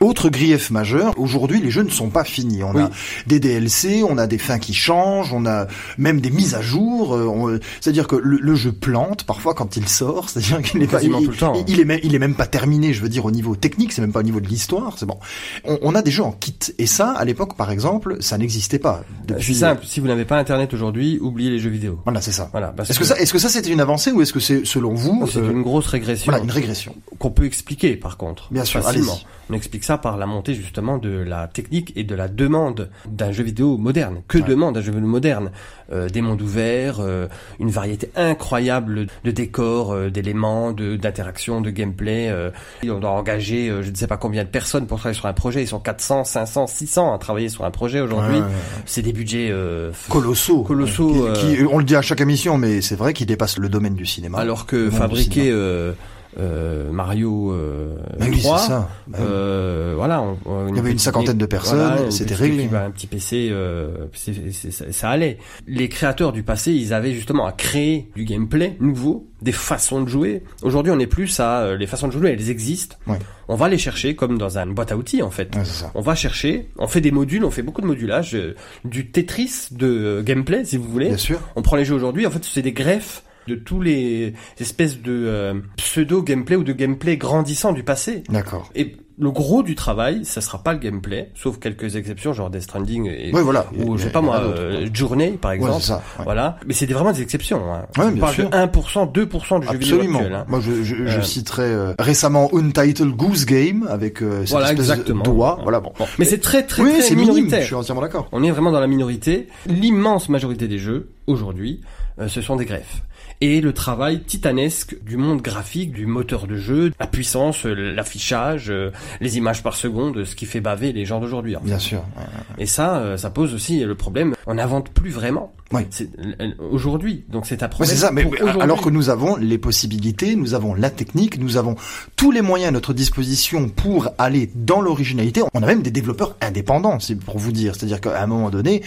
Speaker 3: Autre grief majeur, aujourd'hui les jeux ne sont pas finis. On a
Speaker 4: Oui.
Speaker 3: des DLC, on a des fins qui changent, on a même des mises à jour. euh, on- C'est-à-dire que le, le jeu plante parfois quand il sort, (laughs) c'est-à-dire qu'il n'est pas, il,
Speaker 4: Quasiment tout le temps, hein.
Speaker 3: il est même, il est même pas terminé. Je veux dire au niveau technique, c'est même pas au niveau de l'histoire. C'est bon. On, on a des jeux en kit et ça, à l'époque par exemple, ça n'existait pas. euh,
Speaker 4: C'est simple, euh, si vous n'avez pas Internet aujourd'hui, oubliez les jeux vidéo.
Speaker 3: Voilà, c'est ça.
Speaker 4: Voilà, parce
Speaker 3: Est-ce que ça, est-ce que ça c'était une avancée ou est-ce que c'est selon vous
Speaker 4: c'est
Speaker 3: euh,
Speaker 4: une grosse régression
Speaker 3: voilà une régression
Speaker 4: qu'on peut expliquer par contre.
Speaker 3: Bien sûr,
Speaker 4: facilement.
Speaker 3: allez-y.
Speaker 4: On explique ça par la montée justement de la technique et de la demande d'un jeu vidéo moderne. Que
Speaker 3: Ouais.
Speaker 4: demande un jeu vidéo moderne Euh, Des mondes ouverts, euh, une variété incroyable de décors, euh, d'éléments, de- d'interactions, de, gameplay. euh. Et on doit engager euh, je ne sais pas combien de personnes pour travailler sur un projet. Ils sont 400, 500, 600 à travailler sur un projet aujourd'hui.
Speaker 3: Ouais, ouais, ouais.
Speaker 4: C'est des budgets euh,
Speaker 3: colossaux.
Speaker 4: Colossaux,
Speaker 3: Qui-
Speaker 4: euh, Ah,
Speaker 3: qui- on le dit à chaque émission, mais c'est vrai qu'il dépasse le domaine du cinéma.
Speaker 4: Alors que
Speaker 3: Bon,
Speaker 4: fabriquer
Speaker 3: c'est
Speaker 4: euh, euh, Mario euh,
Speaker 3: Bah oui,
Speaker 4: 3,
Speaker 3: c'est ça. Bah oui.
Speaker 4: euh, voilà, on- on-
Speaker 3: Il y avait une
Speaker 4: petite-
Speaker 3: cinquantaine de personnes,
Speaker 4: une
Speaker 3: c'était
Speaker 4: petite
Speaker 3: réglé.
Speaker 4: équipe, Un petit PC, euh, c'est- c'est- ça- ça allait. Les créateurs du passé, ils avaient justement à créer du gameplay nouveau, des façons de jouer. Aujourd'hui, on est plus à euh, les façons de jouer, elles existent.
Speaker 3: Ouais.
Speaker 4: On va les chercher comme dans une boîte à outils en fait.
Speaker 3: Ouais, Ah, c'est ça.
Speaker 4: On va chercher, on fait des modules, on fait beaucoup de modulages, euh, du Tetris de euh, gameplay si vous voulez.
Speaker 3: Bien sûr.
Speaker 4: On prend les jeux aujourd'hui, en fait, c'est des greffes de tous les espèces de euh, pseudo-gameplay ou de gameplay grandissant du passé.
Speaker 3: D'accord.
Speaker 4: Et le gros du travail, ça sera pas le gameplay, sauf quelques exceptions, genre Death Stranding et,
Speaker 3: Ouais, voilà.
Speaker 4: ou je sais
Speaker 3: Il y
Speaker 4: pas
Speaker 3: en a
Speaker 4: moi,
Speaker 3: d'autres.
Speaker 4: euh, Journée par exemple.
Speaker 3: c'est ça, ouais.
Speaker 4: Voilà, mais c'était vraiment des exceptions. Hein.
Speaker 3: Ouais,
Speaker 4: On
Speaker 3: bien
Speaker 4: parle
Speaker 3: sûr.
Speaker 4: de 1%, 2% du jeu vidéo
Speaker 3: Absolument.
Speaker 4: actuel, hein.
Speaker 3: Moi, je, je, je
Speaker 4: Euh.
Speaker 3: citerai euh, récemment Untitled Goose Game avec euh, cette
Speaker 4: Voilà,
Speaker 3: espèce
Speaker 4: exactement.
Speaker 3: de doigt. Voilà, bon.
Speaker 4: Bon, Mais c'est très très,
Speaker 3: oui,
Speaker 4: très
Speaker 3: c'est minime.
Speaker 4: minoritaire.
Speaker 3: Je suis entièrement d'accord.
Speaker 4: On est vraiment dans la minorité. L'immense majorité des jeux, aujourd'hui, euh, ce sont des greffes. Et le travail titanesque du monde graphique, du moteur de jeu, la puissance, euh, l'affichage, euh, les images par seconde, ce qui fait baver les gens d'aujourd'hui. en fait.
Speaker 3: Bien sûr. Ouais.
Speaker 4: Et ça, euh, ça pose aussi le problème. On n'invente plus vraiment.
Speaker 3: Oui.
Speaker 4: C'est, euh, aujourd'hui. Donc c'est un
Speaker 3: Ouais,
Speaker 4: problème.
Speaker 3: c'est ça, mais
Speaker 4: pour
Speaker 3: mais
Speaker 4: aujourd'hui.
Speaker 3: alors que nous avons les possibilités, nous avons la technique, nous avons tous les moyens à notre disposition pour aller dans l'originalité. On a même des développeurs indépendants, c'est pour vous dire. C'est-à-dire qu'à un moment donné,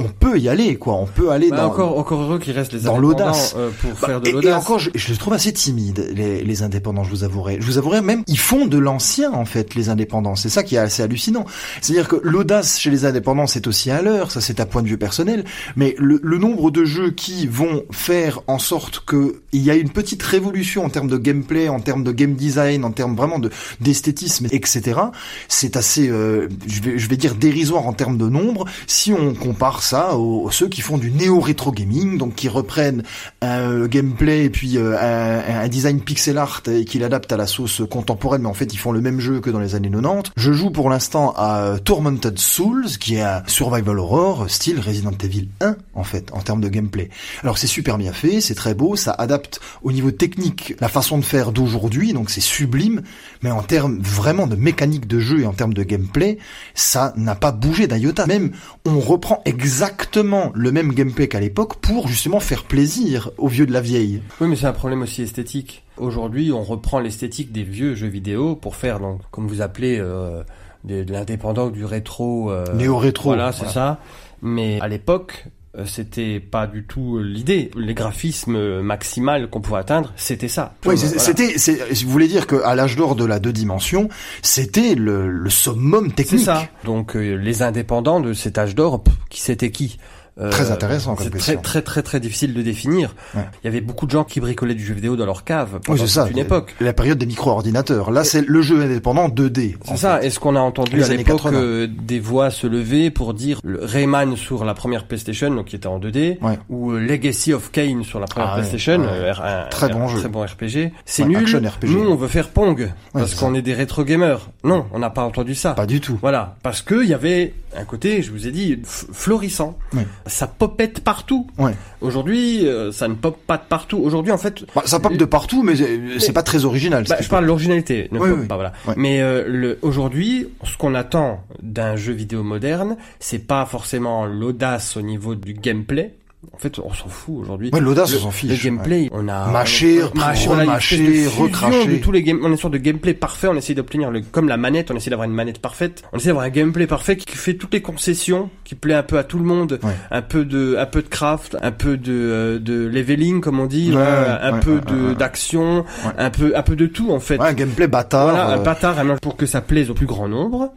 Speaker 3: on peut y aller, quoi. On peut aller
Speaker 4: Bah,
Speaker 3: dans.
Speaker 4: encore, encore heureux qu'il reste les
Speaker 3: dans
Speaker 4: indépendants,
Speaker 3: l'audace.
Speaker 4: euh, pour
Speaker 3: Bah,
Speaker 4: faire de
Speaker 3: et- et,
Speaker 4: l'audace.
Speaker 3: encore, je, je les trouve assez timides, les, les indépendants, je vous avouerai. Je vous avouerai même, ils font de l'ancien, en fait, les indépendants. C'est ça qui est assez hallucinant. C'est-à-dire que l'audace chez les indépendants, c'est aussi à l'heure, ça c'est à point de vue personnel, mais le, le nombre de jeux qui vont faire en sorte que il y a une petite révolution en termes de gameplay, en termes de game design, en termes vraiment de d'esthétisme, etc., c'est assez, euh, je, vais, je vais dire, dérisoire en termes de nombre, si on compare ça aux, aux ceux qui font du néo-rétro gaming, donc qui reprennent un euh, gameplay et puis euh, un, un design pixel art et qui l'adaptent à la sauce contemporaine, mais en fait ils font le même jeu que dans les années 90. Je joue pour l'instant à euh, Tormented Souls, qui est un survival horror style Resident Evil 1 en fait en termes de gameplay. Alors c'est super bien fait, c'est très beau, ça adapte au niveau technique la façon de faire d'aujourd'hui, donc c'est sublime, mais en termes vraiment de mécanique de jeu et en termes de gameplay, ça n'a pas bougé d'un iota. Même on reprend exactement le même gameplay qu'à l'époque pour justement faire plaisir aux vieux de la vieille.
Speaker 4: Oui, mais c'est un problème aussi esthétique. Aujourd'hui, on reprend l'esthétique des vieux jeux vidéo pour faire, donc, comme vous appelez, euh, de, de l'indépendant ou du rétro. euh,
Speaker 3: Néo-rétro,
Speaker 4: Voilà, c'est
Speaker 3: voilà.
Speaker 4: ça. Mais à l'époque, euh, c'était pas du tout euh, l'idée. Les graphismes euh, maximal qu'on pouvait atteindre, c'était ça.
Speaker 3: Oui,
Speaker 4: Voilà.
Speaker 3: c'est- c'était, c'est, je voulais dire qu'à l'âge d'or de la deux dimensions, c'était le, le summum
Speaker 4: C'est
Speaker 3: technique.
Speaker 4: ça. Donc euh, les indépendants de cet âge d'or, pff, qui c'était qui Euh,
Speaker 3: Très intéressant comme
Speaker 4: C'est très
Speaker 3: question.
Speaker 4: très très très difficile de définir.
Speaker 3: Ouais.
Speaker 4: Il y avait beaucoup de gens qui bricolaient du jeu vidéo dans leur cave
Speaker 3: Oui,
Speaker 4: pendant
Speaker 3: c'est ça.
Speaker 4: toute une époque.
Speaker 3: La période des micro-ordinateurs. Là, c'est le jeu indépendant 2D. en
Speaker 4: C'est ça. Est-ce qu'on a entendu
Speaker 3: Les
Speaker 4: à
Speaker 3: années
Speaker 4: l'époque
Speaker 3: 80.
Speaker 4: euh, des voix se lever pour dire le Rayman sur la première PlayStation, donc qui était en 2D,
Speaker 3: Ouais.
Speaker 4: ou euh, Legacy of Kane sur la première
Speaker 3: Ah ouais,
Speaker 4: PlayStation,
Speaker 3: ouais.
Speaker 4: euh, R- un-
Speaker 3: Très
Speaker 4: un
Speaker 3: bon jeu.
Speaker 4: très bon RPG. C'est
Speaker 3: Ouais,
Speaker 4: nul.
Speaker 3: action RPG.
Speaker 4: Nous, on veut faire Pong parce
Speaker 3: c'est
Speaker 4: qu'on est des rétro gamers. Non, on n'a pas entendu ça.
Speaker 3: Pas du tout.
Speaker 4: Voilà, parce que il y avait un côté, je vous ai dit, f- florissant.
Speaker 3: Oui.
Speaker 4: Ça popette partout.
Speaker 3: Ouais.
Speaker 4: Aujourd'hui, euh, ça ne pop pas de partout. Aujourd'hui, en fait,
Speaker 3: Bah, ça pop de partout, mais c'est, c'est pas très original. ce
Speaker 4: bah,
Speaker 3: qui
Speaker 4: je parle de l'originalité, ne
Speaker 3: Oui,
Speaker 4: pop
Speaker 3: oui.
Speaker 4: pas, voilà.
Speaker 3: Ouais.
Speaker 4: Mais euh, le- aujourd'hui, ce qu'on attend d'un jeu vidéo moderne, c'est pas forcément l'audace au niveau du gameplay, En fait, on s'en fout aujourd'hui.
Speaker 3: Ouais, l'audace,
Speaker 4: Le-
Speaker 3: on s'en fiche,
Speaker 4: Le
Speaker 3: ouais.
Speaker 4: gameplay, on a
Speaker 3: Mâcher,
Speaker 4: on a- mâcher, on a une
Speaker 3: remâcher,
Speaker 4: espèce de fusion
Speaker 3: recracher.
Speaker 4: de tous les games, on est sur de gameplay parfait. On essaie d'obtenir le comme la manette, on essaie d'avoir une manette parfaite. On essaie d'avoir un gameplay parfait qui fait toutes les concessions, qui plaît un peu à tout le monde,
Speaker 3: Ouais.
Speaker 4: un peu de un peu de craft, un peu de euh, de leveling comme on dit,
Speaker 3: Ouais,
Speaker 4: euh,
Speaker 3: ouais,
Speaker 4: un
Speaker 3: ouais,
Speaker 4: peu
Speaker 3: ouais, ouais,
Speaker 4: de
Speaker 3: ouais.
Speaker 4: d'action,
Speaker 3: Ouais.
Speaker 4: un peu un peu de tout en fait.
Speaker 3: Ouais, un gameplay bâtard.
Speaker 4: Voilà, un
Speaker 3: euh,
Speaker 4: bâtard un ange pour que ça plaise au plus grand nombre.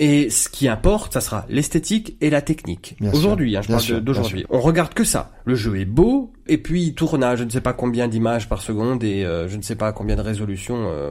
Speaker 4: Et ce qui importe, ça sera l'esthétique et la technique.
Speaker 3: Bien sûr,
Speaker 4: Aujourd'hui, hein, je
Speaker 3: bien
Speaker 4: parle de-
Speaker 3: sûr, bien
Speaker 4: d'aujourd'hui. On regarde que ça. Le jeu est beau, et puis il tourne à je ne sais pas combien d'images par seconde et euh, je ne sais pas combien de résolutions euh,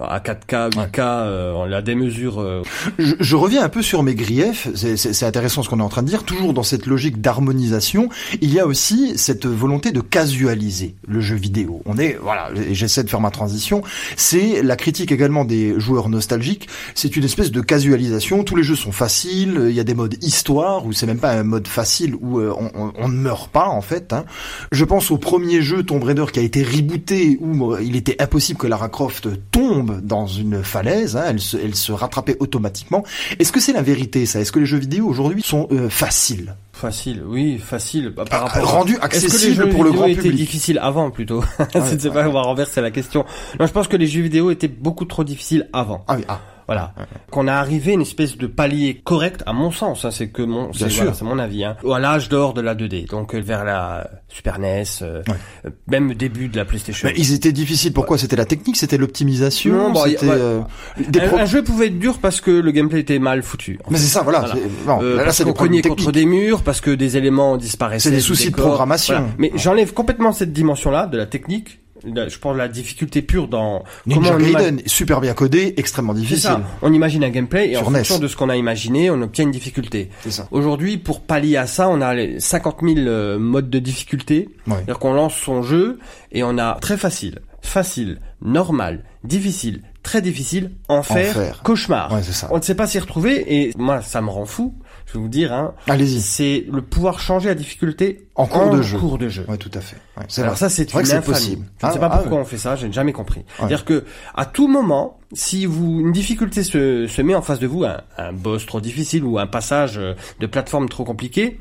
Speaker 4: à 4K, 8K, euh, on la démesure. euh.
Speaker 3: je, je reviens un peu sur mes griefs, c'est- c'est c'est intéressant ce qu'on est en train de dire, toujours dans cette logique d'harmonisation, il y a aussi cette volonté de casualiser le jeu vidéo. On est, voilà, et j'essaie de faire ma transition, c'est la critique également des joueurs nostalgiques, c'est une espèce de casualisation, tous les jeux sont faciles, il y a des modes histoire, où c'est même pas un mode facile, où euh, on, on- on ne meurt pas en fait. hein. Je pense au premier jeu Tomb Raider qui a été rebooté, où euh, il était impossible que Lara Croft tombe dans une falaise, hein, elle, se, elle se rattrapait automatiquement. Est-ce que c'est la vérité ça Est-ce que les jeux vidéo aujourd'hui sont euh, faciles
Speaker 4: Facile, oui, facile. bah,
Speaker 3: Ah,
Speaker 4: par rapport à-
Speaker 3: rendus
Speaker 4: Est-ce que les
Speaker 3: accessibles
Speaker 4: jeux
Speaker 3: pour le
Speaker 4: vidéo
Speaker 3: grand
Speaker 4: étaient
Speaker 3: public
Speaker 4: difficiles avant plutôt (laughs) Je ne sais
Speaker 3: ouais,
Speaker 4: pas, on va renverser la question. Non, je pense que les jeux vidéo étaient beaucoup trop difficiles avant.
Speaker 3: Ah oui, ah,
Speaker 4: Voilà. Qu'on a arrivé à une espèce de palier correct, à mon sens, hein, c'est que mon, c'est,
Speaker 3: sûr.
Speaker 4: voilà, c'est mon avis, hein, à l'âge d'or de la 2D, donc euh, vers la euh, Super NES, euh,
Speaker 3: Ouais. Bah,
Speaker 4: euh, même début de la PlayStation.
Speaker 3: mais ils étaient difficiles. Pourquoi C'était la technique, c'était l'optimisation,
Speaker 4: Non, bon, y-
Speaker 3: c'était
Speaker 4: ouais.
Speaker 3: euh, des
Speaker 4: un,
Speaker 3: pro-
Speaker 4: un jeu pouvait être dur parce que le gameplay était mal foutu.
Speaker 3: Mais c'est ça, voilà.
Speaker 4: Voilà.
Speaker 3: c'est- non,
Speaker 4: Euh,
Speaker 3: là,
Speaker 4: parce
Speaker 3: c'est des
Speaker 4: qu'on
Speaker 3: problèmes
Speaker 4: cognait
Speaker 3: techniques.
Speaker 4: contre des murs, parce que des éléments disparaissaient.
Speaker 3: C'est des
Speaker 4: du
Speaker 3: soucis de
Speaker 4: décor.
Speaker 3: programmation.
Speaker 4: Mais
Speaker 3: Ouais.
Speaker 4: j'enlève complètement cette dimension-là de la technique. de- Je pense la difficulté pure dans
Speaker 3: Ninja
Speaker 4: comment on imagine-
Speaker 3: Gaiden, super bien codé, extrêmement
Speaker 4: C'est ça.
Speaker 3: difficile.
Speaker 4: On imagine un gameplay et
Speaker 3: Sur
Speaker 4: en fonction
Speaker 3: NES.
Speaker 4: de ce qu'on a imaginé, on obtient une difficulté.
Speaker 3: C'est ça.
Speaker 4: Aujourd'hui, pour pallier à ça, on a les 50 000 euh, modes de difficulté.
Speaker 3: Ouais.
Speaker 4: C'est-à-dire qu'on lance son jeu et on a très facile, facile, normal, difficile, très difficile, enfer,
Speaker 3: Enfer.
Speaker 4: cauchemar.
Speaker 3: Ouais, c'est ça.
Speaker 4: On ne sait pas s'y retrouver et moi, ça me rend fou. Je vais vous dire, hein,
Speaker 3: Allez-y.
Speaker 4: c'est le pouvoir changer la difficulté
Speaker 3: En cours de jeu.
Speaker 4: cours de jeu.
Speaker 3: Ouais, tout à fait. Ouais, c'est
Speaker 4: Alors
Speaker 3: vrai.
Speaker 4: ça, c'est
Speaker 3: vrai
Speaker 4: une
Speaker 3: que c'est
Speaker 4: infamie.
Speaker 3: possible.
Speaker 4: Je ne sais
Speaker 3: Ah,
Speaker 4: pas
Speaker 3: ah,
Speaker 4: pourquoi
Speaker 3: ouais.
Speaker 4: on fait ça, j'ai jamais compris. C'est-à-dire que à tout moment, si vous une difficulté se, se met en face de vous, un, un boss trop difficile ou un passage euh, de plateforme trop compliqué.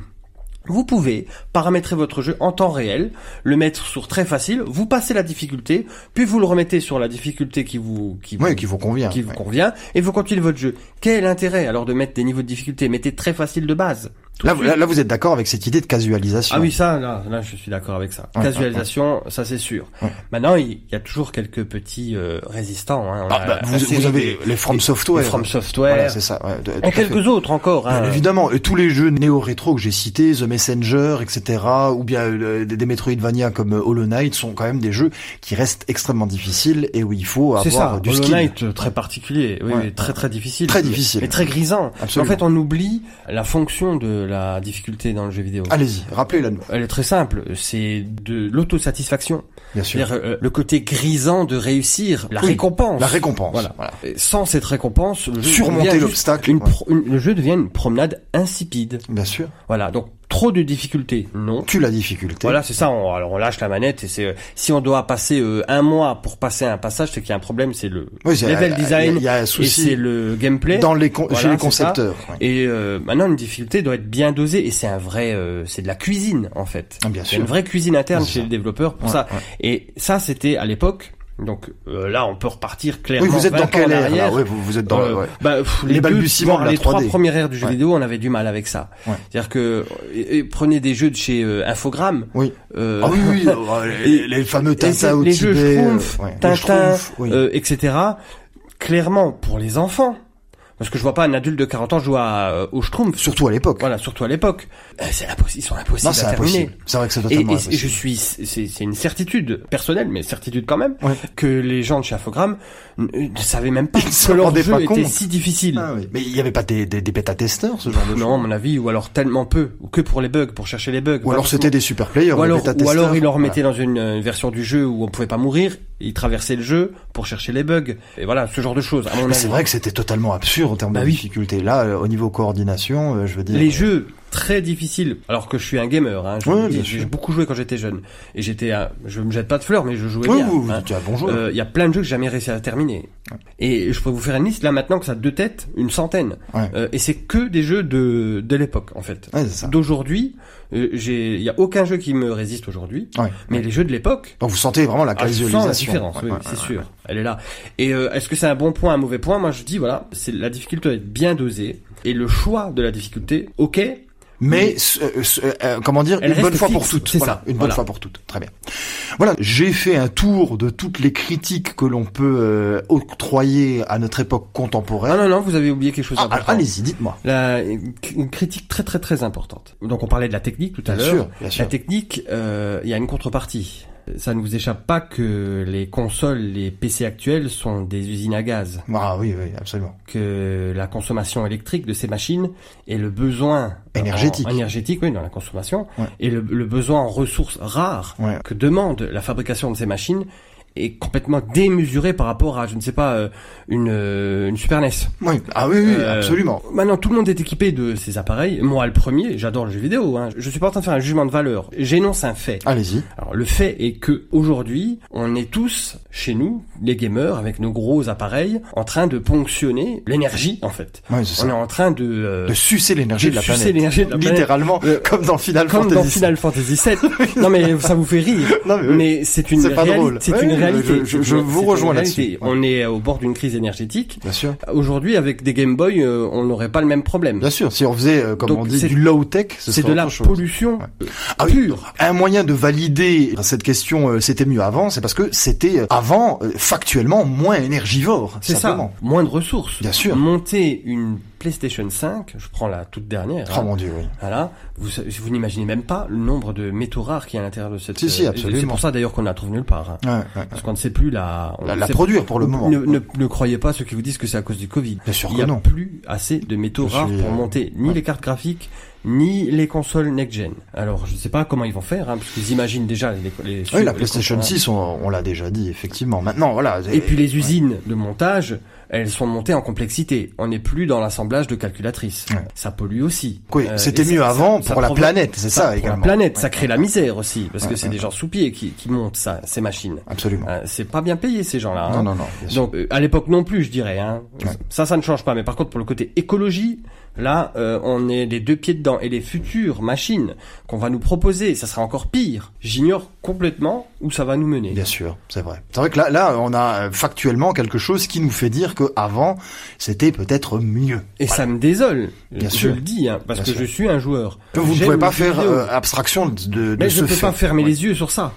Speaker 4: Vous pouvez paramétrer votre jeu en temps réel, le mettre sur très facile, vous passez la difficulté, puis vous le remettez sur la difficulté qui vous qui vous-
Speaker 3: Ouais, qui vous convient.
Speaker 4: qui vous
Speaker 3: ouais.
Speaker 4: convient et vous continuez votre jeu. Quel intérêt alors de mettre des niveaux de difficulté Mettez très facile de base. Tout
Speaker 3: Là,
Speaker 4: de
Speaker 3: vous-
Speaker 4: suite.
Speaker 3: là, là, vous êtes d'accord avec cette idée de casualisation.
Speaker 4: Ah oui, ça, là, là, je suis d'accord avec ça.
Speaker 3: Ouais,
Speaker 4: Casualisation, ça c'est sûr.
Speaker 3: Ouais.
Speaker 4: Maintenant, il il y a toujours quelques petits euh, résistants. Hein. On
Speaker 3: Ah,
Speaker 4: a
Speaker 3: bah,
Speaker 4: la
Speaker 3: vous,
Speaker 4: série
Speaker 3: vous avez
Speaker 4: des-
Speaker 3: les From
Speaker 4: des-
Speaker 3: Software.
Speaker 4: des From Software.
Speaker 3: Voilà, c'est ça. ouais, tout à
Speaker 4: et
Speaker 3: fait.
Speaker 4: quelques autres encore.
Speaker 3: Bien
Speaker 4: Hein.
Speaker 3: évidemment, et tous les jeux néo-rétro que j'ai cités, The Messenger, etc., ou bien euh, des des Metroidvania comme euh, Hollow Knight, sont quand même des jeux qui restent extrêmement difficiles et où il faut
Speaker 4: C'est
Speaker 3: avoir
Speaker 4: ça,
Speaker 3: du
Speaker 4: Hollow
Speaker 3: skill.
Speaker 4: Knight, euh, très particulier, oui,
Speaker 3: Ouais.
Speaker 4: oui, très très difficile.
Speaker 3: Très difficile.
Speaker 4: Et très grisant.
Speaker 3: Absolument.
Speaker 4: En fait, on oublie la fonction de la difficulté dans le jeu vidéo.
Speaker 3: Allez-y, rappelez-la nous.
Speaker 4: Elle est très simple, c'est de l'autosatisfaction.
Speaker 3: Bien sûr.
Speaker 4: C'est-à-dire euh, le côté grisant de réussir, la
Speaker 3: Oui,
Speaker 4: récompense.
Speaker 3: La récompense.
Speaker 4: Voilà. Et sans cette récompense, le jeu
Speaker 3: Surmonter
Speaker 4: devient juste
Speaker 3: l'obstacle,
Speaker 4: une
Speaker 3: ouais.
Speaker 4: pro- une- le jeu devient une promenade insipide.
Speaker 3: Bien sûr.
Speaker 4: Voilà, donc trop de difficultés, non.
Speaker 3: Tu la difficulté.
Speaker 4: Voilà, c'est ça. On, alors on lâche la manette et c'est euh, si on doit passer euh, un mois pour passer un passage, c'est qu'il y a un problème. C'est le
Speaker 3: Oui, c'est-
Speaker 4: level
Speaker 3: il y a-
Speaker 4: design
Speaker 3: il y a un
Speaker 4: et
Speaker 3: souci
Speaker 4: c'est le gameplay
Speaker 3: Dans les con-
Speaker 4: Voilà,
Speaker 3: chez les
Speaker 4: c'est
Speaker 3: concepteurs.
Speaker 4: ça.
Speaker 3: ouais.
Speaker 4: Et euh, maintenant, une difficulté doit être bien dosée, et c'est un vrai, euh, c'est de la cuisine en fait.
Speaker 3: Ah, bien
Speaker 4: C'est
Speaker 3: sûr.
Speaker 4: une vraie cuisine interne
Speaker 3: C'est
Speaker 4: chez
Speaker 3: ça.
Speaker 4: les développeurs pour
Speaker 3: Ouais,
Speaker 4: ça.
Speaker 3: ouais.
Speaker 4: Et ça, c'était à l'époque. Donc euh, là, on peut repartir clairement.
Speaker 3: Oui, vous êtes
Speaker 4: 20
Speaker 3: dans
Speaker 4: ans
Speaker 3: quelle
Speaker 4: en
Speaker 3: ère là
Speaker 4: arrière.
Speaker 3: Ouais, vous, vous êtes dans.
Speaker 4: Euh,
Speaker 3: ouais.
Speaker 4: bah, pff, les,
Speaker 3: Les
Speaker 4: deux-
Speaker 3: balbutiements de la
Speaker 4: les trois
Speaker 3: 3D.
Speaker 4: premières ères du jeu
Speaker 3: Ouais.
Speaker 4: vidéo, on avait du mal avec ça.
Speaker 3: Ouais.
Speaker 4: C'est-à-dire que et- et prenez des jeux de chez euh, Infogramme.
Speaker 3: Oui.
Speaker 4: euh,
Speaker 3: Ah oui,
Speaker 4: (laughs)
Speaker 3: oui, (laughs) euh, les, les fameux
Speaker 4: et c'est-
Speaker 3: Tintin au
Speaker 4: les
Speaker 3: Tibet,
Speaker 4: jeux Schtroumpf,
Speaker 3: euh, ouais, les
Speaker 4: Tintin,
Speaker 3: Schtroumpfs, oui.
Speaker 4: euh, etc. Clairement, pour les enfants, parce que je vois pas un adulte de 40 ans jouer à, euh, au Schtroumpf.
Speaker 3: Surtout à l'époque.
Speaker 4: Voilà, surtout à l'époque. Euh, c'est impossi- ils sont impossibles
Speaker 3: Non,
Speaker 4: à
Speaker 3: c'est
Speaker 4: terminer.
Speaker 3: impossible. C'est vrai que c'est
Speaker 4: Et,
Speaker 3: totalement
Speaker 4: et- et
Speaker 3: impossible.
Speaker 4: je suis, c'est c'est une certitude personnelle, mais certitude quand même,
Speaker 3: Ouais.
Speaker 4: que les gens de chez Infogramme n- ne savaient même pas
Speaker 3: Ils
Speaker 4: que
Speaker 3: s'en
Speaker 4: leur
Speaker 3: rendaient
Speaker 4: jeu
Speaker 3: pas
Speaker 4: était
Speaker 3: compte.
Speaker 4: si difficile.
Speaker 3: Ah oui. Mais il n'y avait pas des, des, des bêta-testeurs, ce genre de
Speaker 4: Non, à
Speaker 3: choses
Speaker 4: mon avis, ou alors tellement peu, ou que pour les bugs, pour chercher les bugs.
Speaker 3: Ou alors c'était des super players,
Speaker 4: ou
Speaker 3: des
Speaker 4: alors,
Speaker 3: bêta-testeurs.
Speaker 4: ou alors ils leur mettaient dans une euh, version du jeu où on pouvait pas mourir, ils traversaient le jeu pour chercher les bugs. Et voilà, ce genre de choses. À mon
Speaker 3: Mais
Speaker 4: avis.
Speaker 3: c'est vrai que c'était totalement absurde en termes
Speaker 4: Bah
Speaker 3: de
Speaker 4: oui.
Speaker 3: difficulté. Là, euh, au niveau coordination, euh, je veux dire.
Speaker 4: les jeux très difficile. Alors que je suis un gamer, hein, je
Speaker 3: Ouais,
Speaker 4: le dis,
Speaker 3: bien
Speaker 4: j'ai
Speaker 3: sûr.
Speaker 4: beaucoup joué quand j'étais jeune. Et j'étais, un- je me jette pas de fleurs, mais je jouais
Speaker 3: Oui,
Speaker 4: bien.
Speaker 3: vous, vous
Speaker 4: hein.
Speaker 3: dites, ah, bonjour.
Speaker 4: Euh, Il y a plein de jeux que j'ai jamais réussi à terminer. Et je pourrais vous faire une liste là maintenant que ça a deux têtes, une centaine.
Speaker 3: Ouais.
Speaker 4: Euh, et c'est que des jeux de de l'époque en fait.
Speaker 3: Ouais, c'est ça.
Speaker 4: D'aujourd'hui, euh, j'ai, il y a aucun jeu qui me résiste aujourd'hui.
Speaker 3: Ouais.
Speaker 4: Mais les jeux de l'époque,
Speaker 3: Donc vous sentez vraiment la
Speaker 4: ah, je sens
Speaker 3: casualisation.
Speaker 4: la différence,
Speaker 3: Ouais,
Speaker 4: oui,
Speaker 3: ouais,
Speaker 4: c'est
Speaker 3: ouais.
Speaker 4: sûr. Elle est là. Et euh, est-ce que c'est un bon point, un mauvais point Moi, je dis voilà, c'est la difficulté doit être bien dosée et le choix de la difficulté. Ok,
Speaker 3: Mais ce- euh, ce- euh, comment dire,
Speaker 4: Elle
Speaker 3: une
Speaker 4: reste
Speaker 3: bonne fois
Speaker 4: fixe,
Speaker 3: pour toutes.
Speaker 4: c'est
Speaker 3: Voilà,
Speaker 4: ça,
Speaker 3: une bonne
Speaker 4: voilà.
Speaker 3: fois pour toutes. Très bien. Voilà, j'ai fait un tour de toutes les critiques que l'on peut euh, octroyer à notre époque
Speaker 4: Ah
Speaker 3: contemporaine.
Speaker 4: non, non, vous avez oublié quelque chose
Speaker 3: Ah,
Speaker 4: d'important.
Speaker 3: allez-y, dites-moi.
Speaker 4: La, une une critique très très très importante. Donc on parlait de la technique tout à
Speaker 3: Bien
Speaker 4: l'heure.
Speaker 3: sûr, bien sûr.
Speaker 4: La technique, euh, il y a une contrepartie. Ça ne vous échappe pas que les consoles, les PC actuels sont des usines à gaz.
Speaker 3: Ah oui, oui, absolument.
Speaker 4: que la consommation électrique de ces machines et le besoin
Speaker 3: Énergétique.
Speaker 4: en- énergétique oui dans la consommation
Speaker 3: Ouais.
Speaker 4: et le, le besoin en ressources rares
Speaker 3: Ouais.
Speaker 4: que demande la fabrication de ces machines est complètement démesuré par rapport à je ne sais pas euh, une euh, une Super NES.
Speaker 3: Oui, ah oui, oui,
Speaker 4: Euh,
Speaker 3: absolument.
Speaker 4: Maintenant tout le monde est équipé de ces appareils. Moi le premier, j'adore le jeu vidéo hein. Je suis pas en train de faire un jugement de valeur. J'énonce un fait.
Speaker 3: Allez-y.
Speaker 4: Alors le fait est que aujourd'hui, on est tous chez nous, les gamers, avec nos gros appareils, en train de ponctionner l'énergie en fait.
Speaker 3: Ouais, c'est
Speaker 4: on est
Speaker 3: ça.
Speaker 4: en train de, euh,
Speaker 3: De sucer l'énergie
Speaker 4: de
Speaker 3: de la
Speaker 4: sucer
Speaker 3: planète.
Speaker 4: l'énergie de la planète.
Speaker 3: Littéralement,
Speaker 4: Euh,
Speaker 3: comme dans Final
Speaker 4: comme
Speaker 3: Fantasy.
Speaker 4: dans Final Fantasy
Speaker 3: (laughs)
Speaker 4: VII. non mais ça vous fait rire.
Speaker 3: Non, mais oui.
Speaker 4: c'est une
Speaker 3: C'est pas
Speaker 4: réali-
Speaker 3: drôle.
Speaker 4: C'est
Speaker 3: Oui,
Speaker 4: une
Speaker 3: oui,
Speaker 4: réalité.
Speaker 3: je- je-
Speaker 4: C'est
Speaker 3: je
Speaker 4: une-
Speaker 3: vous
Speaker 4: c'est une
Speaker 3: rejoint
Speaker 4: réalité.
Speaker 3: là-dessus. Ouais.
Speaker 4: On est au bord d'une crise énergétique.
Speaker 3: Bien sûr.
Speaker 4: Aujourd'hui, avec des Game Boy, euh, on n'aurait pas le même problème.
Speaker 3: Bien sûr, si on faisait, euh, comme
Speaker 4: Donc,
Speaker 3: on dit,
Speaker 4: c'est-
Speaker 3: du low-tech, ce
Speaker 4: C'est
Speaker 3: serait
Speaker 4: de la
Speaker 3: autre chose.
Speaker 4: pollution
Speaker 3: Ouais.
Speaker 4: euh,
Speaker 3: Ah oui.
Speaker 4: pure.
Speaker 3: Un moyen de valider cette question, euh, c'était mieux avant, c'est parce que c'était euh, avant, euh, factuellement, moins énergivore.
Speaker 4: C'est ça,
Speaker 3: simplement.
Speaker 4: moins de ressources.
Speaker 3: Bien sûr.
Speaker 4: Monter une PlayStation 5, je prends la toute dernière.
Speaker 3: Oh
Speaker 4: hein,
Speaker 3: mon dieu, oui.
Speaker 4: Voilà, vous, vous n'imaginez même pas le nombre de métaux rares qu'il y a à l'intérieur de cette.
Speaker 3: Si, si,
Speaker 4: euh,
Speaker 3: absolument.
Speaker 4: C'est pour ça d'ailleurs qu'on ne la trouve nulle part. hein.
Speaker 3: Ouais, ouais.
Speaker 4: Parce qu'on ne sait plus la. on
Speaker 3: La,
Speaker 4: ne
Speaker 3: la
Speaker 4: sait-
Speaker 3: produire pour le moment.
Speaker 4: Ne, ne, ne croyez pas ceux qui vous disent que c'est à cause du Covid.
Speaker 3: Bien sûr
Speaker 4: Il
Speaker 3: que
Speaker 4: n'y a
Speaker 3: non.
Speaker 4: plus assez de métaux
Speaker 3: Je
Speaker 4: rares
Speaker 3: suis,
Speaker 4: pour
Speaker 3: euh,
Speaker 4: monter ni
Speaker 3: ouais.
Speaker 4: les cartes graphiques, ni les consoles next-gen. Alors, je ne sais pas comment ils vont faire, hein, parce qu'ils imaginent déjà les. les
Speaker 3: Oui, la
Speaker 4: les
Speaker 3: PlayStation
Speaker 4: consoles.
Speaker 3: 6, on, on l'a déjà dit, effectivement. Maintenant, voilà.
Speaker 4: Et puis les usines de montage, elles sont montées en complexité. On n'est plus dans l'assemblage de calculatrices.
Speaker 3: Ouais.
Speaker 4: Ça pollue aussi.
Speaker 3: Oui,
Speaker 4: Euh,
Speaker 3: c'était
Speaker 4: et ça-
Speaker 3: mieux
Speaker 4: ça-
Speaker 3: avant
Speaker 4: ça
Speaker 3: pour la
Speaker 4: provoque-
Speaker 3: planète, c'est ça,
Speaker 4: Pour la
Speaker 3: également.
Speaker 4: planète, ça
Speaker 3: Ouais,
Speaker 4: crée la misère aussi, parce
Speaker 3: Ouais,
Speaker 4: que c'est
Speaker 3: ouais,
Speaker 4: des gens sous pied qui, qui montent ça, ces machines.
Speaker 3: Absolument.
Speaker 4: Euh, c'est pas bien payé ces gens-là.
Speaker 3: Non,
Speaker 4: hein.
Speaker 3: non, non. bien sûr.
Speaker 4: Donc euh, à l'époque non plus, je dirais. Hein.
Speaker 3: Ouais.
Speaker 4: Ça, ça ne change pas. Mais par contre, pour le côté écologie, là, euh, on est les deux pieds dedans. Et les futures machines qu'on va nous proposer, ça sera encore pire. J'ignore complètement où ça va nous mener.
Speaker 3: Bien sûr, c'est vrai. C'est vrai que là, là, on a euh, factuellement quelque chose qui nous fait dire que avant, c'était peut-être mieux.
Speaker 4: Et ça me désole,
Speaker 3: Bien
Speaker 4: je
Speaker 3: sûr.
Speaker 4: le dis, hein, parce
Speaker 3: Bien
Speaker 4: que
Speaker 3: sûr.
Speaker 4: je suis un joueur.
Speaker 3: Vous ne
Speaker 4: J'aime
Speaker 3: pouvez pas
Speaker 4: les jeux
Speaker 3: faire
Speaker 4: vidéo.
Speaker 3: euh, abstraction de, de
Speaker 4: Mais
Speaker 3: ce
Speaker 4: je ne peux
Speaker 3: fait.
Speaker 4: pas fermer
Speaker 3: Ouais.
Speaker 4: les yeux sur ça.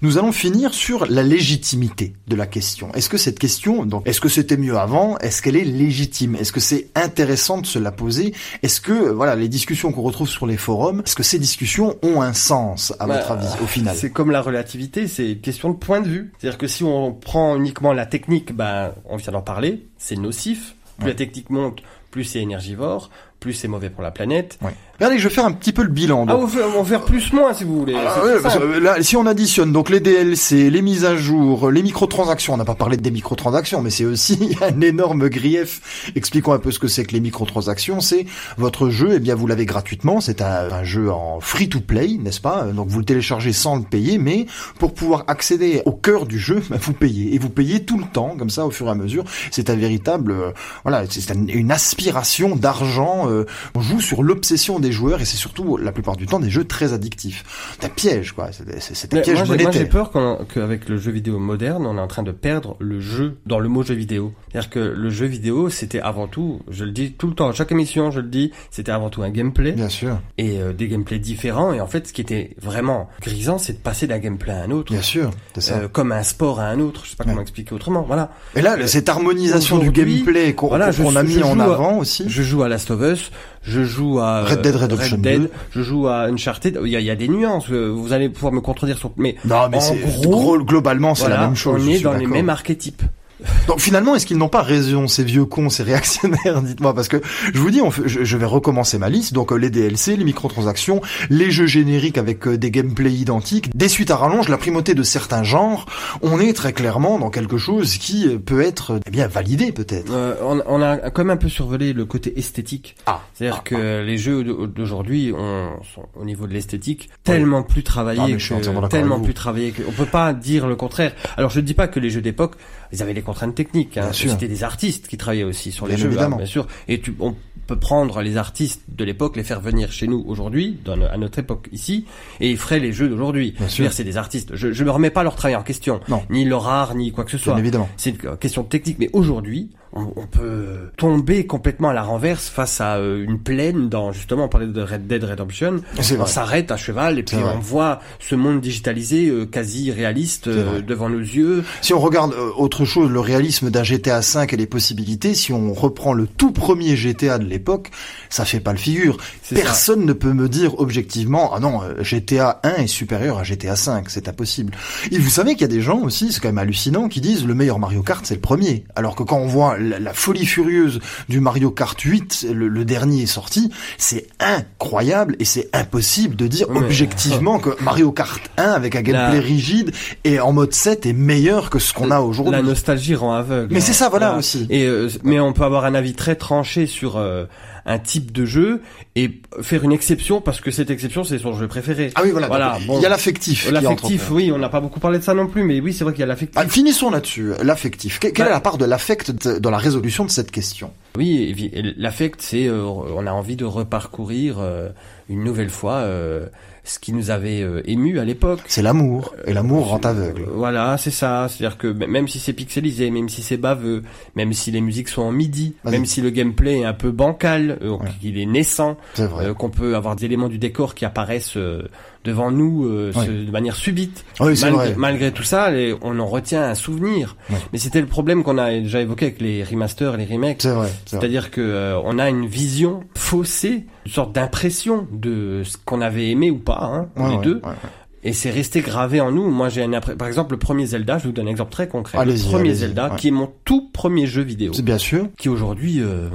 Speaker 3: Nous allons finir sur la légitimité de la question. Est-ce que cette question, donc, est-ce que c'était mieux avant Est-ce qu'elle est légitime Est-ce que c'est intéressant de se la poser Est-ce que, euh, voilà, les discussions qu'on retrouve sur les forums, est-ce que ces discussions ont un sens, à
Speaker 4: Bah,
Speaker 3: votre avis, au final
Speaker 4: C'est comme la relativité, c'est une question de point de vue. C'est-à-dire que si on prend uniquement la technique, bah, on vient d'en parler, c'est nocif. Plus
Speaker 3: Ouais.
Speaker 4: la technique monte, plus c'est énergivore, plus c'est mauvais pour la planète.
Speaker 3: Regardez, je vais faire un petit peu le bilan.
Speaker 4: Ah,
Speaker 3: donc.
Speaker 4: on va on va faire plus moins si vous voulez.
Speaker 3: Ah
Speaker 4: C'est
Speaker 3: ouais,
Speaker 4: très
Speaker 3: parce que,
Speaker 4: simple.
Speaker 3: euh, là, si on additionne donc les DLC, les mises à jour, les microtransactions, on n'a pas parlé des microtransactions, mais c'est aussi (laughs) un énorme grief. Expliquons un peu ce que c'est que les microtransactions. C'est votre jeu, eh bien vous l'avez gratuitement, c'est un, un jeu en free to play, n'est-ce pas Donc vous le téléchargez sans le payer, mais pour pouvoir accéder au cœur du jeu, bah, vous payez et vous payez tout le temps, comme ça au fur et à mesure. C'est un véritable, euh, voilà, c'est un- une aspiration d'argent. euh, on joue sur l'obsession des joueurs et c'est surtout la plupart du temps des jeux très addictifs. C'est un piège, quoi. C'est c'est- c'est un
Speaker 4: Mais
Speaker 3: piège
Speaker 4: moi, j'ai- moi, j'ai
Speaker 3: monétaire.
Speaker 4: peur qu'on- qu'avec le jeu vidéo moderne, on est en train de perdre le jeu dans le mot jeu vidéo. C'est-à-dire que le jeu vidéo, c'était avant tout, je le dis tout le temps, à chaque émission, je le dis, c'était avant tout un gameplay
Speaker 3: Bien sûr,
Speaker 4: et euh, des gameplays différents. Et en fait, ce qui était vraiment grisant, c'est de passer d'un gameplay à un autre.
Speaker 3: bien sûr, c'est ça.
Speaker 4: Euh, comme un sport à un autre, je sais pas
Speaker 3: Ouais.
Speaker 4: comment expliquer autrement. Voilà,
Speaker 3: et là, cette harmonisation du
Speaker 4: euh, aujourd'hui,
Speaker 3: gameplay qu'on
Speaker 4: voilà, je
Speaker 3: qu'on a
Speaker 4: suis-
Speaker 3: mis
Speaker 4: je
Speaker 3: en
Speaker 4: joue à-
Speaker 3: avant aussi.
Speaker 4: je joue à Last of Us, je joue à euh,
Speaker 3: Red Dead Redemption
Speaker 4: Red Dead,
Speaker 3: 2.
Speaker 4: je joue à Uncharted. Il y, a, il y a des nuances. euh, Vous allez pouvoir me contredire sur, mais
Speaker 3: Non, mais
Speaker 4: en
Speaker 3: c'est
Speaker 4: gros,
Speaker 3: gros, globalement, c'est
Speaker 4: voilà,
Speaker 3: la même chose.
Speaker 4: on
Speaker 3: je
Speaker 4: est
Speaker 3: suis
Speaker 4: dans les
Speaker 3: d'accord.
Speaker 4: mêmes archétypes.
Speaker 3: Donc finalement, est-ce qu'ils n'ont pas raison, ces vieux cons, ces réactionnaires (laughs) Dites-moi, parce que je vous dis, on fait- je, je vais recommencer ma liste. Donc euh, les DLC, les microtransactions, les jeux génériques avec euh, des gameplays identiques, des suites à rallonge, la primauté de certains genres. On est très clairement dans quelque chose qui euh, peut être euh, eh bien validé, peut-être.
Speaker 4: Euh, on, on a quand même un peu survolé le côté esthétique.
Speaker 3: Ah.
Speaker 4: C'est-à-dire que les jeux d'au- d'aujourd'hui ont- sont au niveau de l'esthétique tellement plus
Speaker 3: Ah,
Speaker 4: travaillés,
Speaker 3: mais je suis
Speaker 4: que-
Speaker 3: entièrement d'accord
Speaker 4: tellement
Speaker 3: avec vous.
Speaker 4: plus travaillés qu'on peut pas dire le contraire. Alors je ne dis pas que les jeux d'époque, ils avaient les contraintes techniques. Hein,
Speaker 3: Bien sûr.
Speaker 4: C'était des artistes qui travaillaient aussi sur les
Speaker 3: Bien
Speaker 4: jeux, hein,
Speaker 3: évidemment.
Speaker 4: bien sûr. Et tu, on peut prendre les artistes de l'époque, les faire venir chez nous aujourd'hui, dans no- à notre époque ici, et ils feraient les jeux d'aujourd'hui.
Speaker 3: Bien
Speaker 4: Je veux dire,
Speaker 3: sûr.
Speaker 4: C'est des artistes. Je ne me remets pas leur travail en question,
Speaker 3: Non.
Speaker 4: ni leur art, ni quoi que ce soit.
Speaker 3: Bien évidemment.
Speaker 4: C'est une question de technique, mais aujourd'hui, on, on peut tomber complètement à la renverse face à euh, une plaine dans, justement, on parlait de Red Dead Redemption.
Speaker 3: C'est
Speaker 4: On
Speaker 3: vrai.
Speaker 4: s'arrête à cheval et puis
Speaker 3: C'est vrai.
Speaker 4: on voit ce monde digitalisé euh, quasi réaliste
Speaker 3: C'est
Speaker 4: euh,
Speaker 3: vrai.
Speaker 4: devant nos yeux.
Speaker 3: Si on regarde euh, autre chose, le réalisme d'un GTA V et les possibilités, si on reprend le tout premier GTA de l'époque, ça fait pas le figure.
Speaker 4: C'est ça.
Speaker 3: Personne ne peut me dire objectivement, ah non, euh, GTA 1 est supérieur à GTA 5, c'est impossible. Et vous savez qu'il y a des gens aussi, c'est quand même hallucinant, qui disent le meilleur Mario Kart c'est le premier. Alors que quand on voit la, la folie furieuse du Mario Kart 8, le, le dernier est sorti, c'est incroyable et c'est impossible de dire
Speaker 4: Oui, mais-
Speaker 3: objectivement que Mario Kart 1 avec un
Speaker 4: La-
Speaker 3: gameplay rigide et en mode 7 est meilleur que ce qu'on a
Speaker 4: La
Speaker 3: aujourd'hui.
Speaker 4: nostalgie rend aveugle.
Speaker 3: Mais
Speaker 4: hein.
Speaker 3: c'est ça, voilà, aussi.
Speaker 4: Et euh, mais on peut avoir un avis très tranché sur euh, un type de jeu et faire une exception parce que cette exception c'est son jeu préféré.
Speaker 3: Ah oui, voilà.
Speaker 4: Voilà,
Speaker 3: donc,
Speaker 4: bon.
Speaker 3: Il y a l'affectif. qui
Speaker 4: L'affectif,
Speaker 3: entre-
Speaker 4: oui, on n'a pas beaucoup parlé de ça non plus, mais oui, c'est vrai qu'il y a l'affectif.
Speaker 3: Ah, finissons là-dessus, l'affectif. Que- Quelle
Speaker 4: Bah-
Speaker 3: est la part de l'affect de- dans la résolution de cette question
Speaker 4: Oui, et vi- et l'affect, c'est euh, on a envie de reparcourir euh, une nouvelle fois euh, ce qui nous avait euh, ému à l'époque.
Speaker 3: C'est l'amour,
Speaker 4: Euh,
Speaker 3: et l'amour rend aveugle.
Speaker 4: Voilà, c'est ça. C'est-à-dire que m- même si c'est pixelisé, même si c'est baveux, même si les musiques sont en midi,
Speaker 3: Vas-y.
Speaker 4: même si le gameplay est un peu bancal, euh,
Speaker 3: Ouais.
Speaker 4: qu'il est naissant,
Speaker 3: C'est vrai.
Speaker 4: euh, qu'on peut avoir des éléments du décor qui apparaissent euh, devant nous euh,
Speaker 3: Ouais.
Speaker 4: se- de manière subite.
Speaker 3: Oui, c'est
Speaker 4: Malgré,
Speaker 3: vrai.
Speaker 4: malgré tout ça, les- on en retient un souvenir.
Speaker 3: Ouais.
Speaker 4: Mais c'était le problème qu'on a déjà évoqué avec les remasters, les remakes.
Speaker 3: C'est vrai. c'est vrai.
Speaker 4: C'est-à-dire que euh, on a une vision faussée, une sorte d'impression de ce qu'on avait aimé ou pas, hein,
Speaker 3: Ouais,
Speaker 4: les
Speaker 3: ouais,
Speaker 4: deux,
Speaker 3: ouais, ouais.
Speaker 4: et c'est resté gravé en nous. Moi, j'ai un appré- par exemple le premier Zelda, je vous donne un exemple très concret. Le
Speaker 3: Allez-y,
Speaker 4: premier
Speaker 3: allez-y,
Speaker 4: Zelda,
Speaker 3: ouais.
Speaker 4: qui est mon tout premier jeu vidéo,
Speaker 3: C'est bien sûr.
Speaker 4: qui aujourd'hui, euh,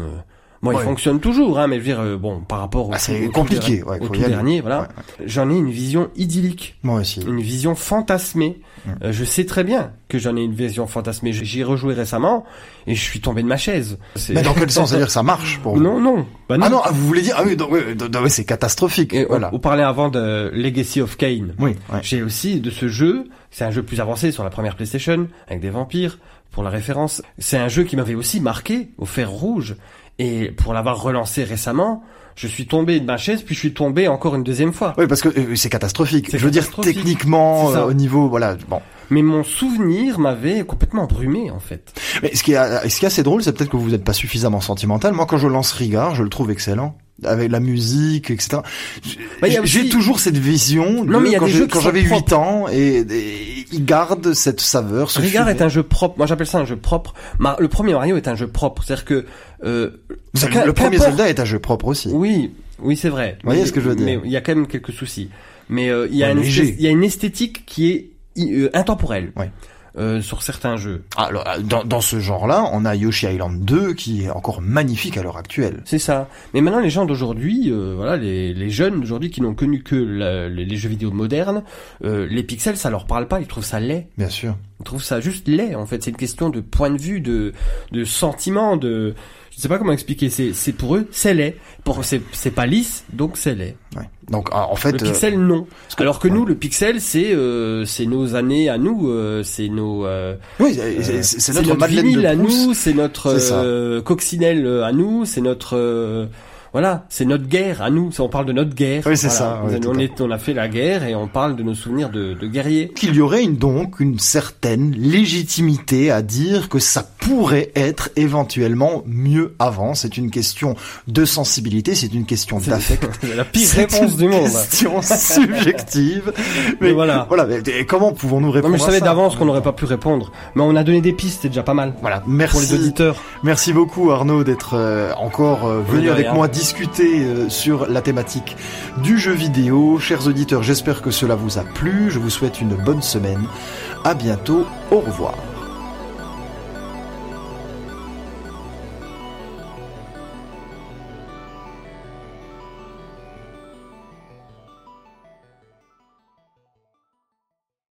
Speaker 4: bon,
Speaker 3: Ouais.
Speaker 4: il fonctionne toujours, hein, mais je veux dire, euh, bon, par rapport au,
Speaker 3: Ah, c'est
Speaker 4: au tout
Speaker 3: compliqué,
Speaker 4: der-
Speaker 3: ouais,
Speaker 4: au
Speaker 3: faut
Speaker 4: tout
Speaker 3: y aller.
Speaker 4: dernier, voilà,
Speaker 3: Ouais,
Speaker 4: j'en ai une vision idyllique
Speaker 3: Moi aussi.
Speaker 4: une vision fantasmée. Euh, je sais très bien que j'en ai une vision fantasmée. J- J'y ai rejoué récemment et je suis tombé de ma chaise. C'est-
Speaker 3: Mais
Speaker 4: (laughs)
Speaker 3: dans quel sens C'est-à-dire que ça marche pour vous
Speaker 4: Non, non. Bah non.
Speaker 3: Ah non, ah, vous voulez dire ah oui, donc, oui, donc, oui, c'est catastrophique.
Speaker 4: Et on-
Speaker 3: voilà.
Speaker 4: on, parlait avant de Legacy of Kane.
Speaker 3: Oui. ouais.
Speaker 4: J'ai aussi de ce jeu, c'est un jeu plus avancé sur la première PlayStation, avec des vampires, pour la référence. C'est un jeu qui m'avait aussi marqué au fer rouge. Et pour l'avoir relancé récemment, je suis tombé de ma chaise, puis je suis tombé encore une deuxième fois.
Speaker 3: Oui, parce que euh, c'est catastrophique.
Speaker 4: C'est
Speaker 3: Je veux dire
Speaker 4: catastrophique.
Speaker 3: techniquement,
Speaker 4: C'est ça.
Speaker 3: euh, au niveau, voilà. Bon.
Speaker 4: Mais mon souvenir m'avait complètement brumé, en fait.
Speaker 3: Mais ce qui est, ce qui est assez drôle, c'est peut-être que vous n'êtes pas suffisamment sentimental. Moi, quand je lance Rigard, je le trouve excellent. avec la musique, etc.
Speaker 4: Bah, il y a
Speaker 3: J'ai
Speaker 4: aussi-
Speaker 3: toujours cette vision
Speaker 4: Non,
Speaker 3: de
Speaker 4: mais il y a
Speaker 3: quand
Speaker 4: des
Speaker 3: j'ai-
Speaker 4: jeux qui
Speaker 3: quand
Speaker 4: sont
Speaker 3: j'avais 8
Speaker 4: propres.
Speaker 3: ans et, et il garde cette saveur. Ce
Speaker 4: Rigard
Speaker 3: feeling.
Speaker 4: est un jeu propre. Moi, j'appelle ça un jeu propre. Mar- le premier Mario est un jeu propre. C'est-à-dire que euh,
Speaker 3: Ça,
Speaker 4: qu'à-
Speaker 3: le premier
Speaker 4: qu'importe-
Speaker 3: Zelda est un jeu propre aussi.
Speaker 4: Oui, oui, c'est vrai.
Speaker 3: Vous voyez
Speaker 4: Mais-
Speaker 3: ce que je veux dire
Speaker 4: Mais il y a quand même quelques soucis. Mais euh, il y a
Speaker 3: Ouais,
Speaker 4: une
Speaker 3: léger.
Speaker 4: esthé- il y a une esthétique qui est i- euh, intemporelle.
Speaker 3: Ouais.
Speaker 4: Euh, sur certains jeux.
Speaker 3: Alors, dans, dans ce genre-là, on a Yoshi Island 2 qui est encore magnifique à l'heure actuelle.
Speaker 4: C'est ça. Mais maintenant, les gens d'aujourd'hui, euh, voilà, les, les jeunes d'aujourd'hui qui n'ont connu que la- les, les jeux vidéo modernes, euh, les pixels, ça leur parle pas. Ils trouvent ça laid.
Speaker 3: Bien sûr.
Speaker 4: Ils trouvent ça juste laid. En fait, c'est une question de point de vue, de de sentiment, de je sais pas comment expliquer. C'est c'est pour eux, c'est laid. Pour c'est c'est pas lisse, donc c'est laid.
Speaker 3: Ouais. Donc ah, en fait,
Speaker 4: Le
Speaker 3: euh,
Speaker 4: pixel, non. Alors que
Speaker 3: ouais.
Speaker 4: nous, le pixel, c'est euh, c'est nos années à nous, euh, c'est nos euh,
Speaker 3: oui, c'est- c'est c'est
Speaker 4: c'est
Speaker 3: notre, Madeleine
Speaker 4: vinyle à
Speaker 3: de Proust.
Speaker 4: nous, c'est notre
Speaker 3: C'est ça.
Speaker 4: euh, coccinelle euh, à nous, c'est notre euh, voilà, c'est notre guerre à nous. On parle de notre guerre.
Speaker 3: Oui, c'est
Speaker 4: Voilà.
Speaker 3: ça, oui,
Speaker 4: Nous,
Speaker 3: tout
Speaker 4: on,
Speaker 3: à
Speaker 4: est- on a fait la guerre et on parle de nos souvenirs de, de guerriers.
Speaker 3: qu'il y aurait une- donc une certaine légitimité à dire que ça pourrait être éventuellement mieux avant. C'est une question de sensibilité, c'est une question d'affect.
Speaker 4: la pire
Speaker 3: C'est
Speaker 4: réponse
Speaker 3: une
Speaker 4: du monde. (laughs)
Speaker 3: Question subjective.
Speaker 4: Mais voilà.
Speaker 3: Voilà. mais- et comment pouvons-nous
Speaker 4: Non,
Speaker 3: répondre
Speaker 4: mais je
Speaker 3: à
Speaker 4: savais
Speaker 3: ça
Speaker 4: d'avance qu'on n'aurait pas pu répondre, mais on a donné des pistes, c'est déjà pas mal.
Speaker 3: Voilà.
Speaker 4: Pour les
Speaker 3: Merci.
Speaker 4: auditeurs.
Speaker 3: Merci beaucoup Arnaud d'être euh, encore euh,
Speaker 4: Oui,
Speaker 3: venu
Speaker 4: de
Speaker 3: avec
Speaker 4: rien.
Speaker 3: moi discuter euh, sur la thématique du jeu vidéo. Chers auditeurs, j'espère que cela vous a plu. Je vous souhaite une bonne semaine. À bientôt. Au revoir.